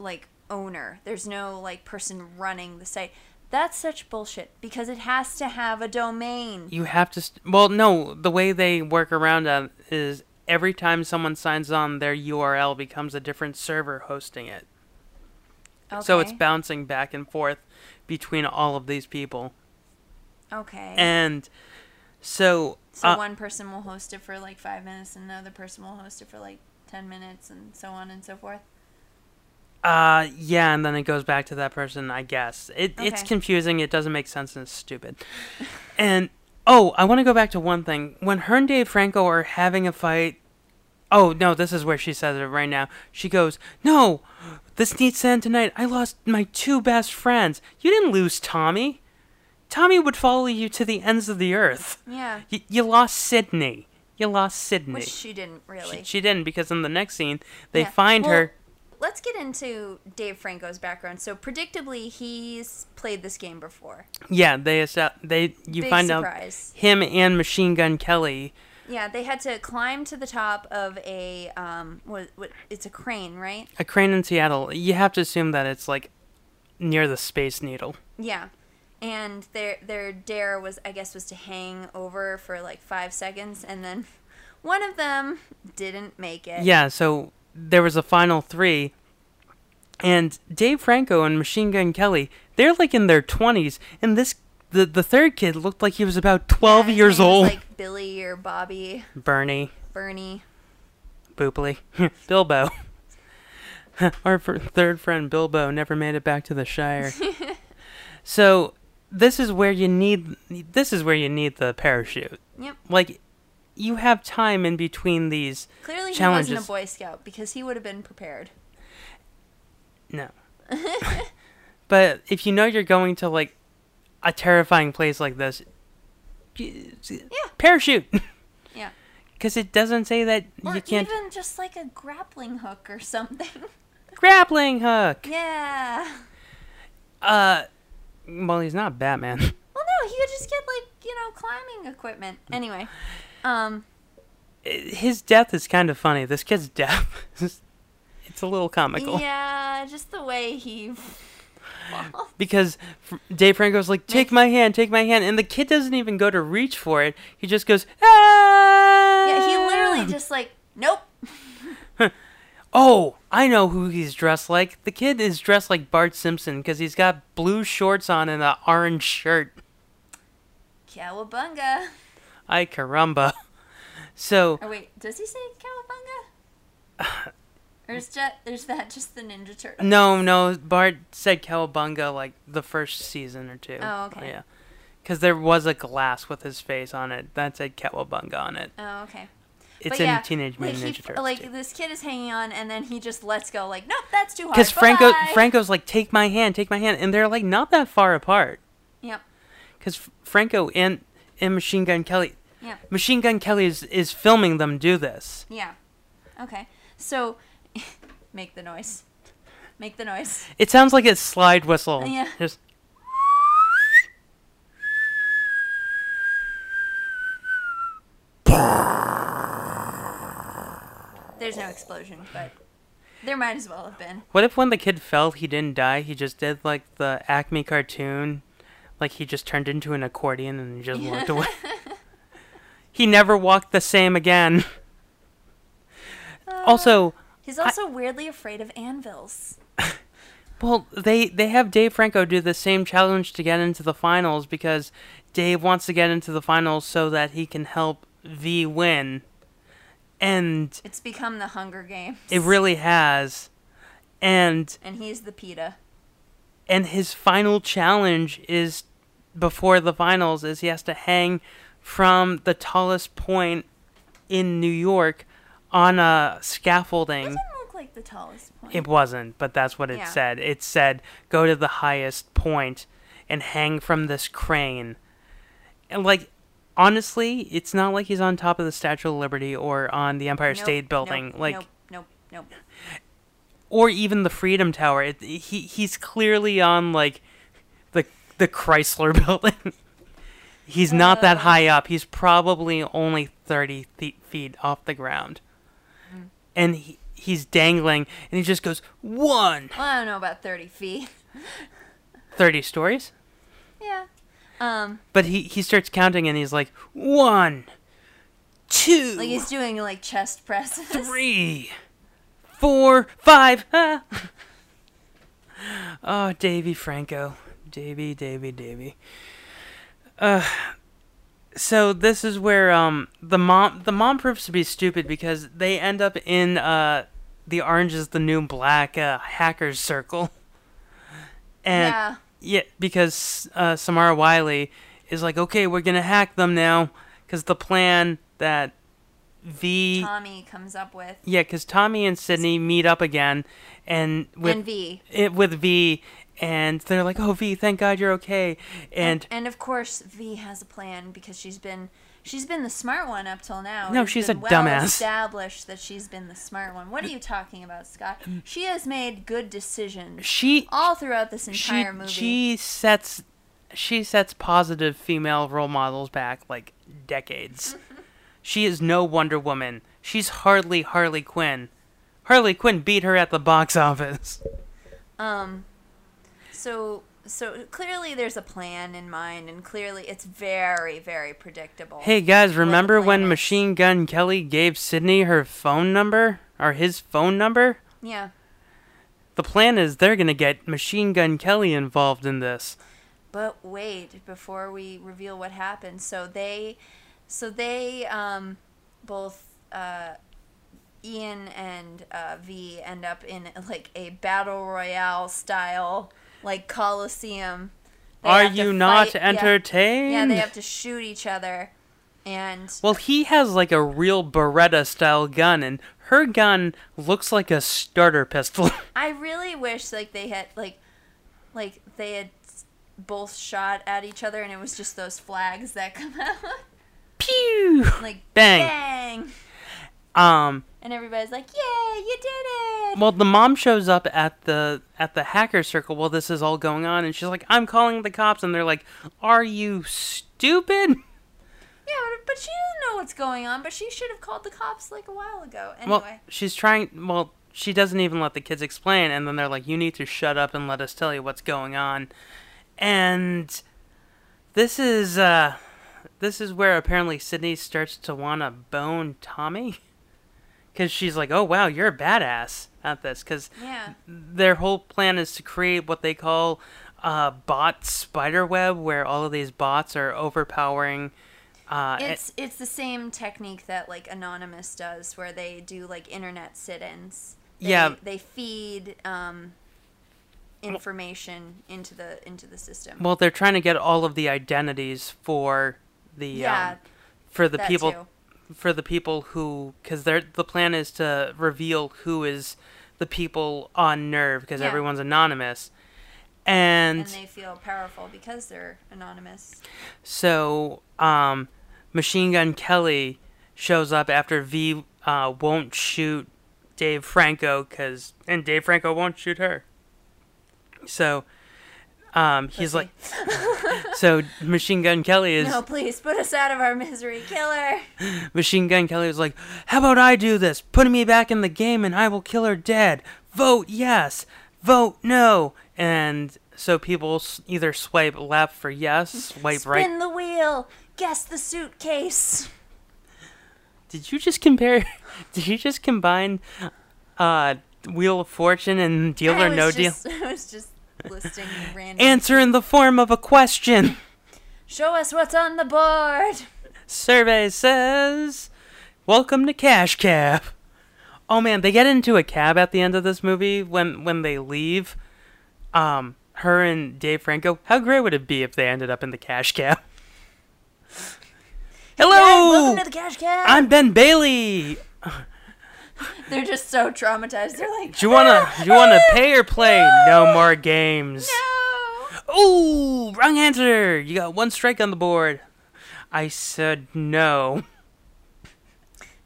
like owner, there's no like person running the site. That's such bullshit because it has to have a domain. you have to. St- well, no, the way they work around that is every time someone signs on, their URL becomes a different server hosting it. So it's Okay. bouncing back and forth between all of these people. okay. And so, so uh, one person will host it for like five minutes, and another person will host it for like ten minutes, and so on and so forth. uh, yeah, and then it goes back to that person, I guess. It, It's Okay. confusing, it doesn't make sense, and it's stupid. and, oh, I want to go back to one thing. When her and Dave Franco are having a fight, oh, no, this is where she says it right now. She goes, No, this needs to end tonight. I lost my two best friends. You didn't lose Tommy. Tommy would follow you to the ends of the earth. Yeah, Y- you lost Sydney. You lost Sydney. which she didn't really. She, she didn't because in the next scene they Yeah. find Well, her. Let's get into Dave Franco's background. So predictably, he's played this game before. Yeah, they esta- they you Big find surprise. out him and Machine Gun Kelly. Yeah, they had to climb to the top of a um, what, what, it's a crane, right? A crane in Seattle. You have to assume that it's like near the Space Needle. Yeah, and their their dare was, I guess, was to hang over for like five seconds, and then one of them didn't make it. Yeah, so there was a final three, and Dave Franco and Machine Gun Kelly. They're like in their twenties, and this the the third kid looked like he was about Yeah, twelve his years name was, old. like Billy or Bobby, Bernie. Bernie. Boopily. Bilbo. Our fir- third friend Bilbo never made it back to the Shire. so this is where you need this is where you need the parachute. Yep. Like you have time in between these Clearly, challenges. he wasn't a Boy Scout because he would have been prepared. No. but if you know you're going to like a terrifying place like this, y- parachute. Yeah. Cuz it doesn't say that Or you can't even just like a grappling hook or something. grappling hook. Uh, yeah. Well, he's not Batman. Well, no, he could just get like you know climbing equipment. Mm. Anyway, um, his death is kind of funny. This kid's death, is- it's a little comical yeah, just the way he. because fr- Dave Franco's like, "Take my hand, take my hand," and the kid doesn't even go to reach for it. He just goes, "Ah!" Yeah, he literally just like nope. Oh, I know who he's dressed like. The kid is dressed like Bart Simpson because he's got blue shorts on and an orange shirt. Cowabunga. Ay caramba! So Or wait, does he say cowabunga? or is, ju- is that just the Ninja Turtle? no, no, Bart said cowabunga like the first season or two. Oh, okay. Yeah. Because there was a glass with his face on it that said cowabunga on it. Oh, okay. It's But in yeah, Teenage Mutant like he Ninja f- Turtles. Like this kid is hanging on, and then he just lets go. Like, nope, that's too hard. because Franco bye." Franco's like, take my hand, take my hand, and they're like not that far apart. Yep. Because Franco and and Machine Gun Kelly, Yep. Machine Gun Kelly is is filming them do this. Yeah. Okay. So make the noise. Make the noise. It sounds like a slide whistle. Yeah. Just- There's no explosion, but there might as well have been. what if when the kid fell, he didn't die? He just did like the Acme cartoon, like he just turned into an accordion and he just walked away. He never walked the same again. also, He's also weirdly afraid of anvils. Well, they they have Dave Franco do the same challenge to get into the finals because Dave wants to get into the finals so that he can help V win. And It's become the Hunger Games. it really has. And and he's the PETA. and his final challenge is before the finals is he has to hang from the tallest point in New York on a scaffolding. Doesn't look like the tallest point. It wasn't, but that's what it Yeah. said. It said go to the highest point and hang from this crane. And like honestly, it's not like he's on top of the Statue of Liberty or on the Empire Nope, State Building, nope, like nope, nope, nope. or even the Freedom Tower. It, he he's clearly on like the the Chrysler Building. he's not that high up. He's probably only thirty th- feet off the ground, and he, he's dangling, and he just goes one. Well, I don't know about thirty feet. 30 stories yeah. Um, but he, he starts counting and he's like one two like he's doing like chest presses. three four five ah. oh davy franco davy davy davy uh, so this is where um the mom the mom proves to be stupid because they end up in uh the orange is the new black uh, hackers circle and Yeah. Yeah, because uh, Samara Wiley is like, okay, we're gonna hack them now, because the plan that V, Tommy comes up with yeah, because Tommy and Sydney meet up again, and with and V. it, with V, and they're like, oh V, thank God you're okay, and, And of course, V has a plan because she's been she's been the smart one up till now. No, It's she's been a well dumbass. Established that she's been the smart one. What are you talking about, Scott? She has made good decisions she all throughout this she entire movie. she sets she sets positive female role models back like decades. she is no Wonder Woman. She's hardly Harley Quinn. Harley Quinn beat her at the box office. So so clearly there's a plan in mind, and clearly it's very very predictable. Hey guys, remember when planets. Machine Gun Kelly gave Sydney her phone number or his phone number? Yeah, The plan is they're going to get Machine Gun Kelly involved in this. but wait before we reveal what happened. So they, so they um, both uh, Ian and uh, V end up in like a battle royale style like Coliseum. They Are have to you not fight- yeah. entertained? Yeah, they have to shoot each other, and Well, he has like a real Beretta style gun, and her gun looks like a starter pistol. I really wish like they had like like they had s- both shot at each other and it was just those flags that come out Pew! like Bang. bang Um. and everybody's like yay you did it Well, the mom shows up at the at the hacker circle while this is all going on, and she's like, "I'm calling the cops," and they're like, "Are you stupid?" yeah but- but she doesn't know what's going on but she should have called the cops like a while ago Well, anyway she's trying. Well, she doesn't even let the kids explain, and then they're like, "You need to shut up and let us tell you what's going on." And this is uh, this is where apparently Sydney starts to want to bone Tommy, because she's like, "Oh wow, you're a badass at this," because yeah their whole plan is to create what they call uh, bot spider web, where all of these bots are overpowering. Uh, it's it's the same technique that like anonymous does where they do like internet sit-ins They- Yeah. they feed um information into the into the system Well, they're trying to get all of the identities for the Yeah, um, for the that people too. for the people who because they're the plan is to reveal who is the people on nerve because Yeah. everyone's anonymous, and, and they feel powerful because they're anonymous. so um, Machine Gun Kelly shows up after V uh, won't shoot Dave Franco because and Dave Franco won't shoot her. So um, he's like, so Machine Gun Kelly is No, Oh, please put us out of our misery, killer. Machine Gun Kelly was like, How about I do this? Put me back in the game and I will kill her dead. Vote yes. Vote no. And so people s- either swipe left for yes, swipe Spin right. the wheel. Guess the suitcase. Did you just compare? Did you just combine uh, Wheel of Fortune and Deal I or was No just, Deal? I was just listing random. Answer in the form of a question. Show us what's on the board. Survey says, "Welcome to Cash Cab." Oh man, they get into a cab at the end of this movie when when they leave. Um, her and Dave Franco. How great would it be if they ended up in the cash cab? Guys, Hello, welcome to the cash cab. Oh! I'm Ben Bailey. They're just so traumatized. They're like, Do you wanna do you wanna pay or play? No more games. no. Ooh, wrong answer. You got one strike on the board. I said no.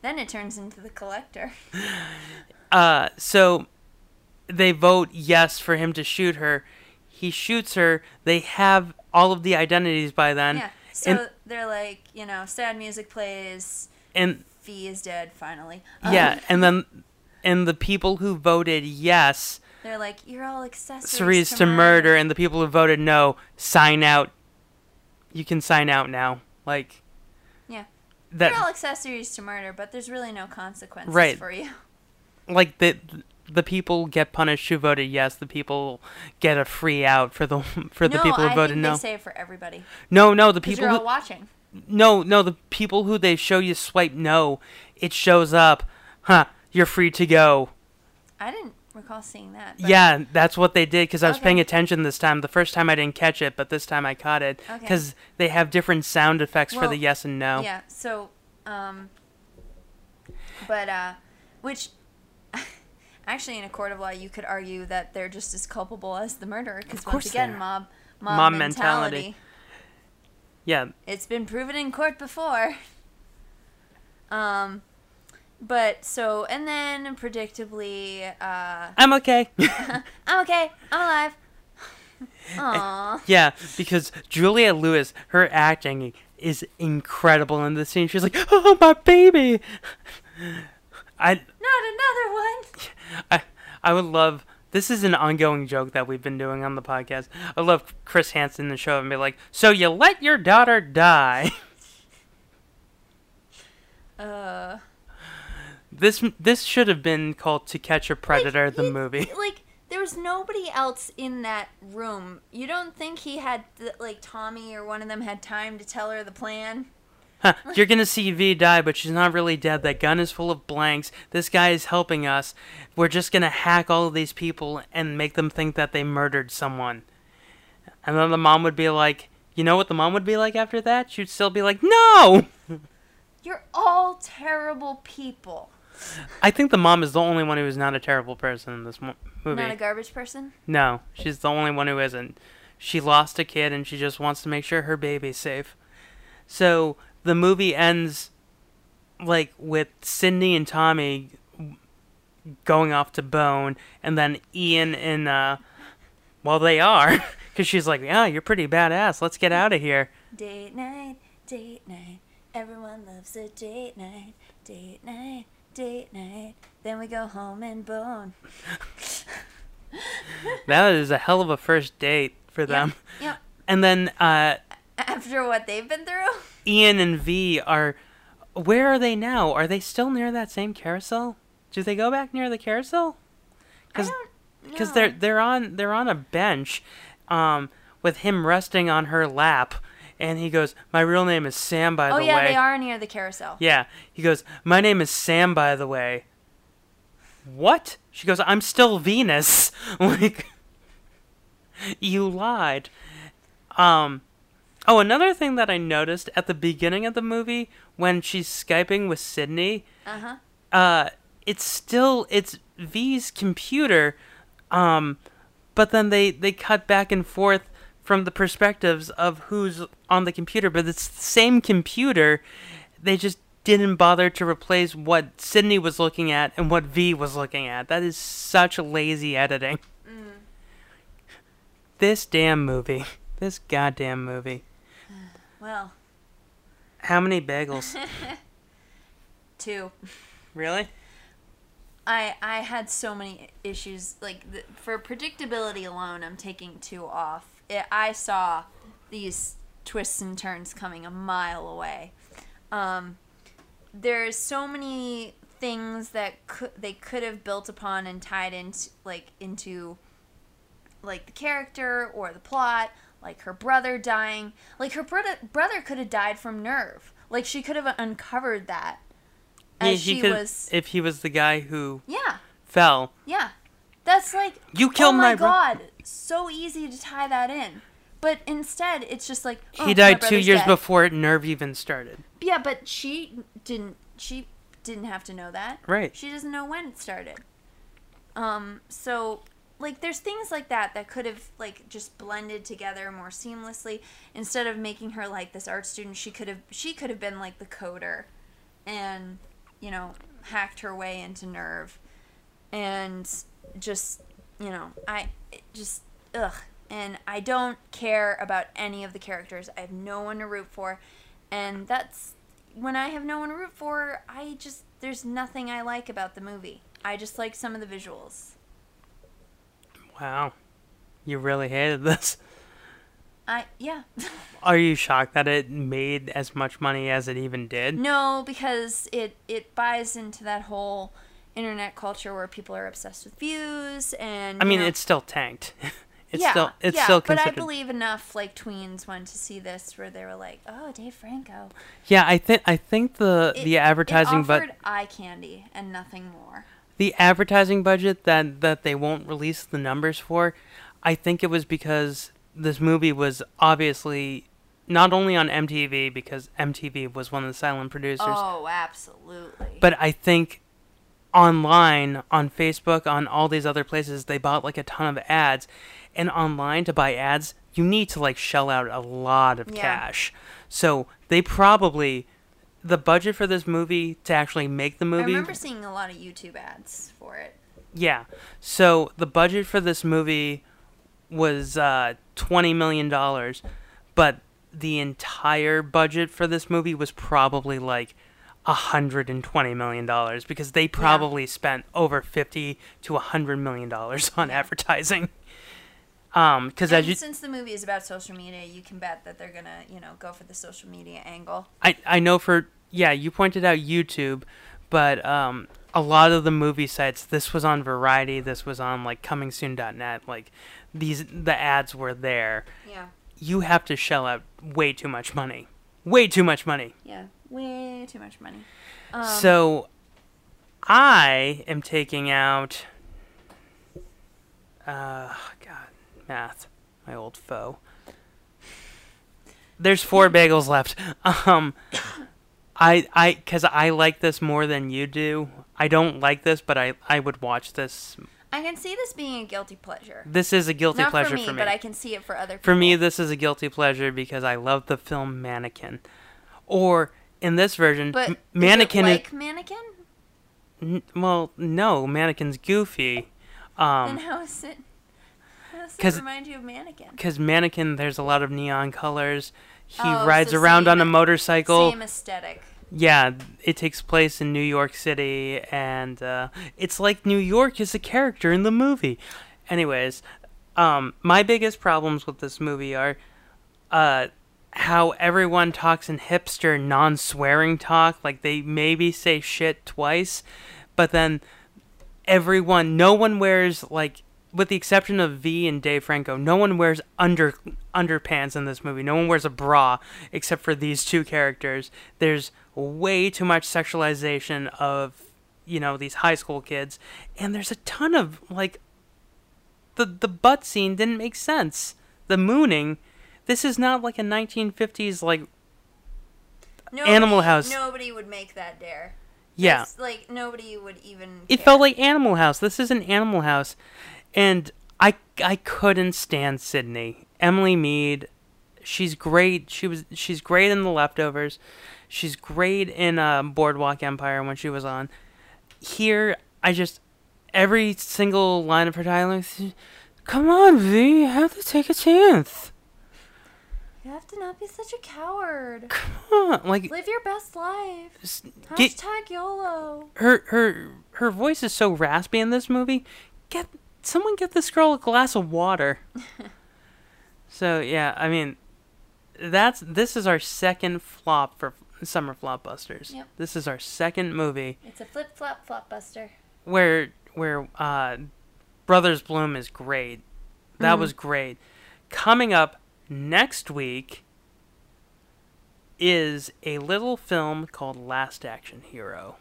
Then it turns into the collector. Uh, so they vote yes for him to shoot her. He shoots her. They have all of the identities by then. Yeah. So Mm. and they're like, you know, sad music plays. and Fee is dead finally. yeah, Um, and then and the people who voted yes They're like, you're all accessories series to murder, and the people who voted no sign out. You can sign out now. Like Yeah. that. You're all accessories to murder, but there's really no consequences Right. for you. like the the people get punished who voted yes. The people get a free out for the for the no, people who I voted think no. they say it for everybody. no, no, the Because people you're all who, watching. no, no, the people who they show you swipe no, it shows up. Huh, you're free to go. I didn't recall seeing that. but- Yeah, that's what they did because I was Okay. paying attention this time. The first time I didn't catch it, but this time I caught it Okay. because they have different sound effects for Well, the yes and no. Yeah. So, um, but uh, which actually, in a court of law, you could argue that they're just as culpable as the murderer because once course they again, are. mob mob, Mob mentality. mentality. Yeah, It's been proven in court before. Um, but so and then predictably, uh, I'm okay. I'm okay. I'm alive. Aww. Yeah, because Julia Lewis, her acting is incredible in this scene. She's like, "Oh, my baby!" I Not another one. I, I would love. This is an ongoing joke that we've been doing on the podcast. I love Chris Hansen in the show and be like, "So you let your daughter die?" Uh. This this should have been called "To Catch a Predator," the he- movie. Like there was nobody else in that room. You don't think he had th- like Tommy or one of them had time to tell her the plan? Huh, you're gonna see V die, but she's not really dead. That gun is full of blanks. This guy is helping us. We're just gonna hack all of these people and make them think that they murdered someone. And then the mom would be like, you know what the mom would be like after that? She'd still be like, no! You're all terrible people. I think the mom is the only one who is not a terrible person in this mo- movie. Not a garbage person. no, she's the only one who isn't. She lost a kid and she just wants to make sure her baby's safe. So the movie ends like with Sydney and Tommy going off to bone, and then Ian and uh, well, they are because she's like, yeah, you're pretty badass. Let's get out of here. Date night, date night. Everyone loves a date night, date night, date night. Then we go home and bone. That is a hell of a first date for them. Yep. And then uh, After what they've been through. Ian and V are. Where are they now? Are they still near that same carousel? Do they go back near the carousel? I Because don't because know. they're they're on they're on a bench, um, with him resting on her lap, and he goes, "My real name is Sam, by Oh the yeah, way." they are near the carousel. Yeah, he goes, "My name is Sam, by the way." What? She goes, "I'm still Venus." like, you lied. Um. Oh, another thing that I noticed at the beginning of the movie when she's skyping with Sydney, Uh-huh. uh, it's still it's V's computer, um, but then they they cut back and forth from the perspectives of who's on the computer, but it's the same computer. They just didn't bother to replace what Sydney was looking at and what V was looking at. That is such lazy editing. Mm. This damn movie. This goddamn movie. Well, How many bagels? two. really? I I had so many issues like the, for predictability alone. I'm taking two off. It, I saw these twists and turns coming a mile away. Um, there's so many things that could they could have built upon and tied into like into like the character or the plot like her brother dying like her brother brother could have died from nerve like she could have uncovered that Yeah, as he she could- was if he was the guy who yeah fell. yeah that's like You killed oh my, my bro- god so easy to tie that in but instead it's just like oh, my he died two brother's years dead. before Nerve even started. Yeah, but she didn't. She didn't have to know that. Right. She doesn't know when it started. Um. So, like, there's things like that that could have like just blended together more seamlessly. Instead of making her like this art student, she could have she could have been like the coder, and you know hacked her way into Nerve, and just you know I it just ugh. And I don't care about any of the characters. I have no one to root for and that's when I have no one to root for. I just there's nothing I like about the movie. I just like some of the visuals. Wow. You really hated this. I yeah. Are you shocked that it made as much money as it even did? no, because it it buys into that whole internet culture where people are obsessed with views and I you mean, know- it's still tanked. It's yeah, still it's yeah, still but I considered. believe enough like tweens went to see this where they were like, "Oh, Dave Franco." yeah, I think I think the It- the advertising it but offered eye candy and nothing more. the advertising budget that that they won't release the numbers for, I think it was because this movie was obviously not only on MTV because MTV was one of the silent producers, Oh, absolutely. but I think online on Facebook on all these other places they bought like a ton of ads and online to buy ads you need to like shell out a lot of Yeah. cash. So they probably the budget for this movie to actually make the I movie remember seeing a lot of YouTube ads for it. yeah. So the budget for this movie was uh, twenty million dollars, but the entire budget for this movie was probably like hundred and twenty million dollars because they probably spent over fifty to hundred million dollars on advertising. Um, because as And you, since the movie is about social media, you can bet that they're gonna, you know, go for the social media angle. I I know for yeah, you pointed out YouTube, but um a lot of the movie sites this was on Variety, this was on like comingsoon.net, like these the ads were there. Yeah. You have to shell out way too much money. Way too much money. Yeah. Way too much money. Um, so I am taking out uh god, math, my old foe. There's four bagels left. Um I I cuz I like this more than you do. I don't like this, but I I would watch this. I can see this being a guilty pleasure. This is a guilty Not pleasure for, me, but I can see it for other people. for me, this is a guilty pleasure because I love the film Mannequin. Or in this version, but M- is it Mannequin is- like mannequin. N- well, no, mannequin's goofy. Then Um how is it? How does it 'cause- remind you of mannequin? 'cause because mannequin, there's a lot of neon colors. He Oh, rides so around on same- a motorcycle. Same aesthetic. Yeah, it takes place in New York City, and uh, it's like New York is a character in the movie. Anyways, um, my biggest problems with this movie are uh, how everyone talks in hipster, non swearing talk. Like, they maybe say shit twice, but then everyone, no one wears, like, with the exception of V and Dave Franco, no one wears under underpants in this movie. No one wears a bra except for these two characters. There's way too much sexualization of, you know, these high school kids, and there's a ton of like the the butt scene didn't make sense. The mooning, this is not like a 1950s like Nobody, Animal House. Nobody would make that dare. yeah. It's like nobody would even. It care. felt like Animal House. This is an Animal House, and I I couldn't stand Sydney Emily Mead. She's great. She was she's great in The Leftovers. She's great in um, Boardwalk Empire when she was on. Here, I just every single line of her dialogue. she- Come on, V. You have to take a chance. You have to not be such a coward. Huh, Like Live your best life. s- get- Hashtag YOLO. her her her voice is so raspy in this movie. Get someone get this girl a glass of water. so yeah, I mean, that's this is our second flop for summer flopbusters. Yep. This is our second movie It's a flip flop flop buster. where where uh, Brothers Bloom is great. That was great. Coming up next week is a little film called Last Action Hero,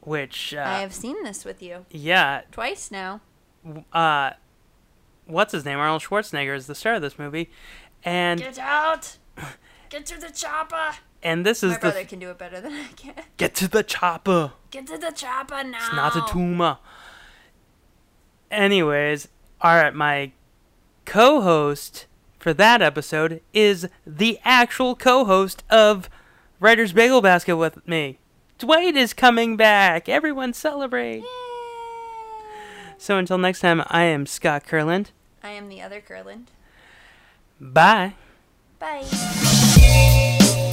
which uh, I have seen this with you yeah, twice now. uh, what's his name? Arnold Schwarzenegger is the star of this movie, and Get out! Get to the chopper! and this is My the brother can do it better than I can. get to the chopper. Get to the chopper now! It's not a tumor. Anyways, all right, my co-host for that episode is the actual co-host of Writer's Bagel Basket with me. Dwight is coming back. Everyone celebrate. So until next time, I am Scott Kurland. I am the other Curland. Bye. Bye.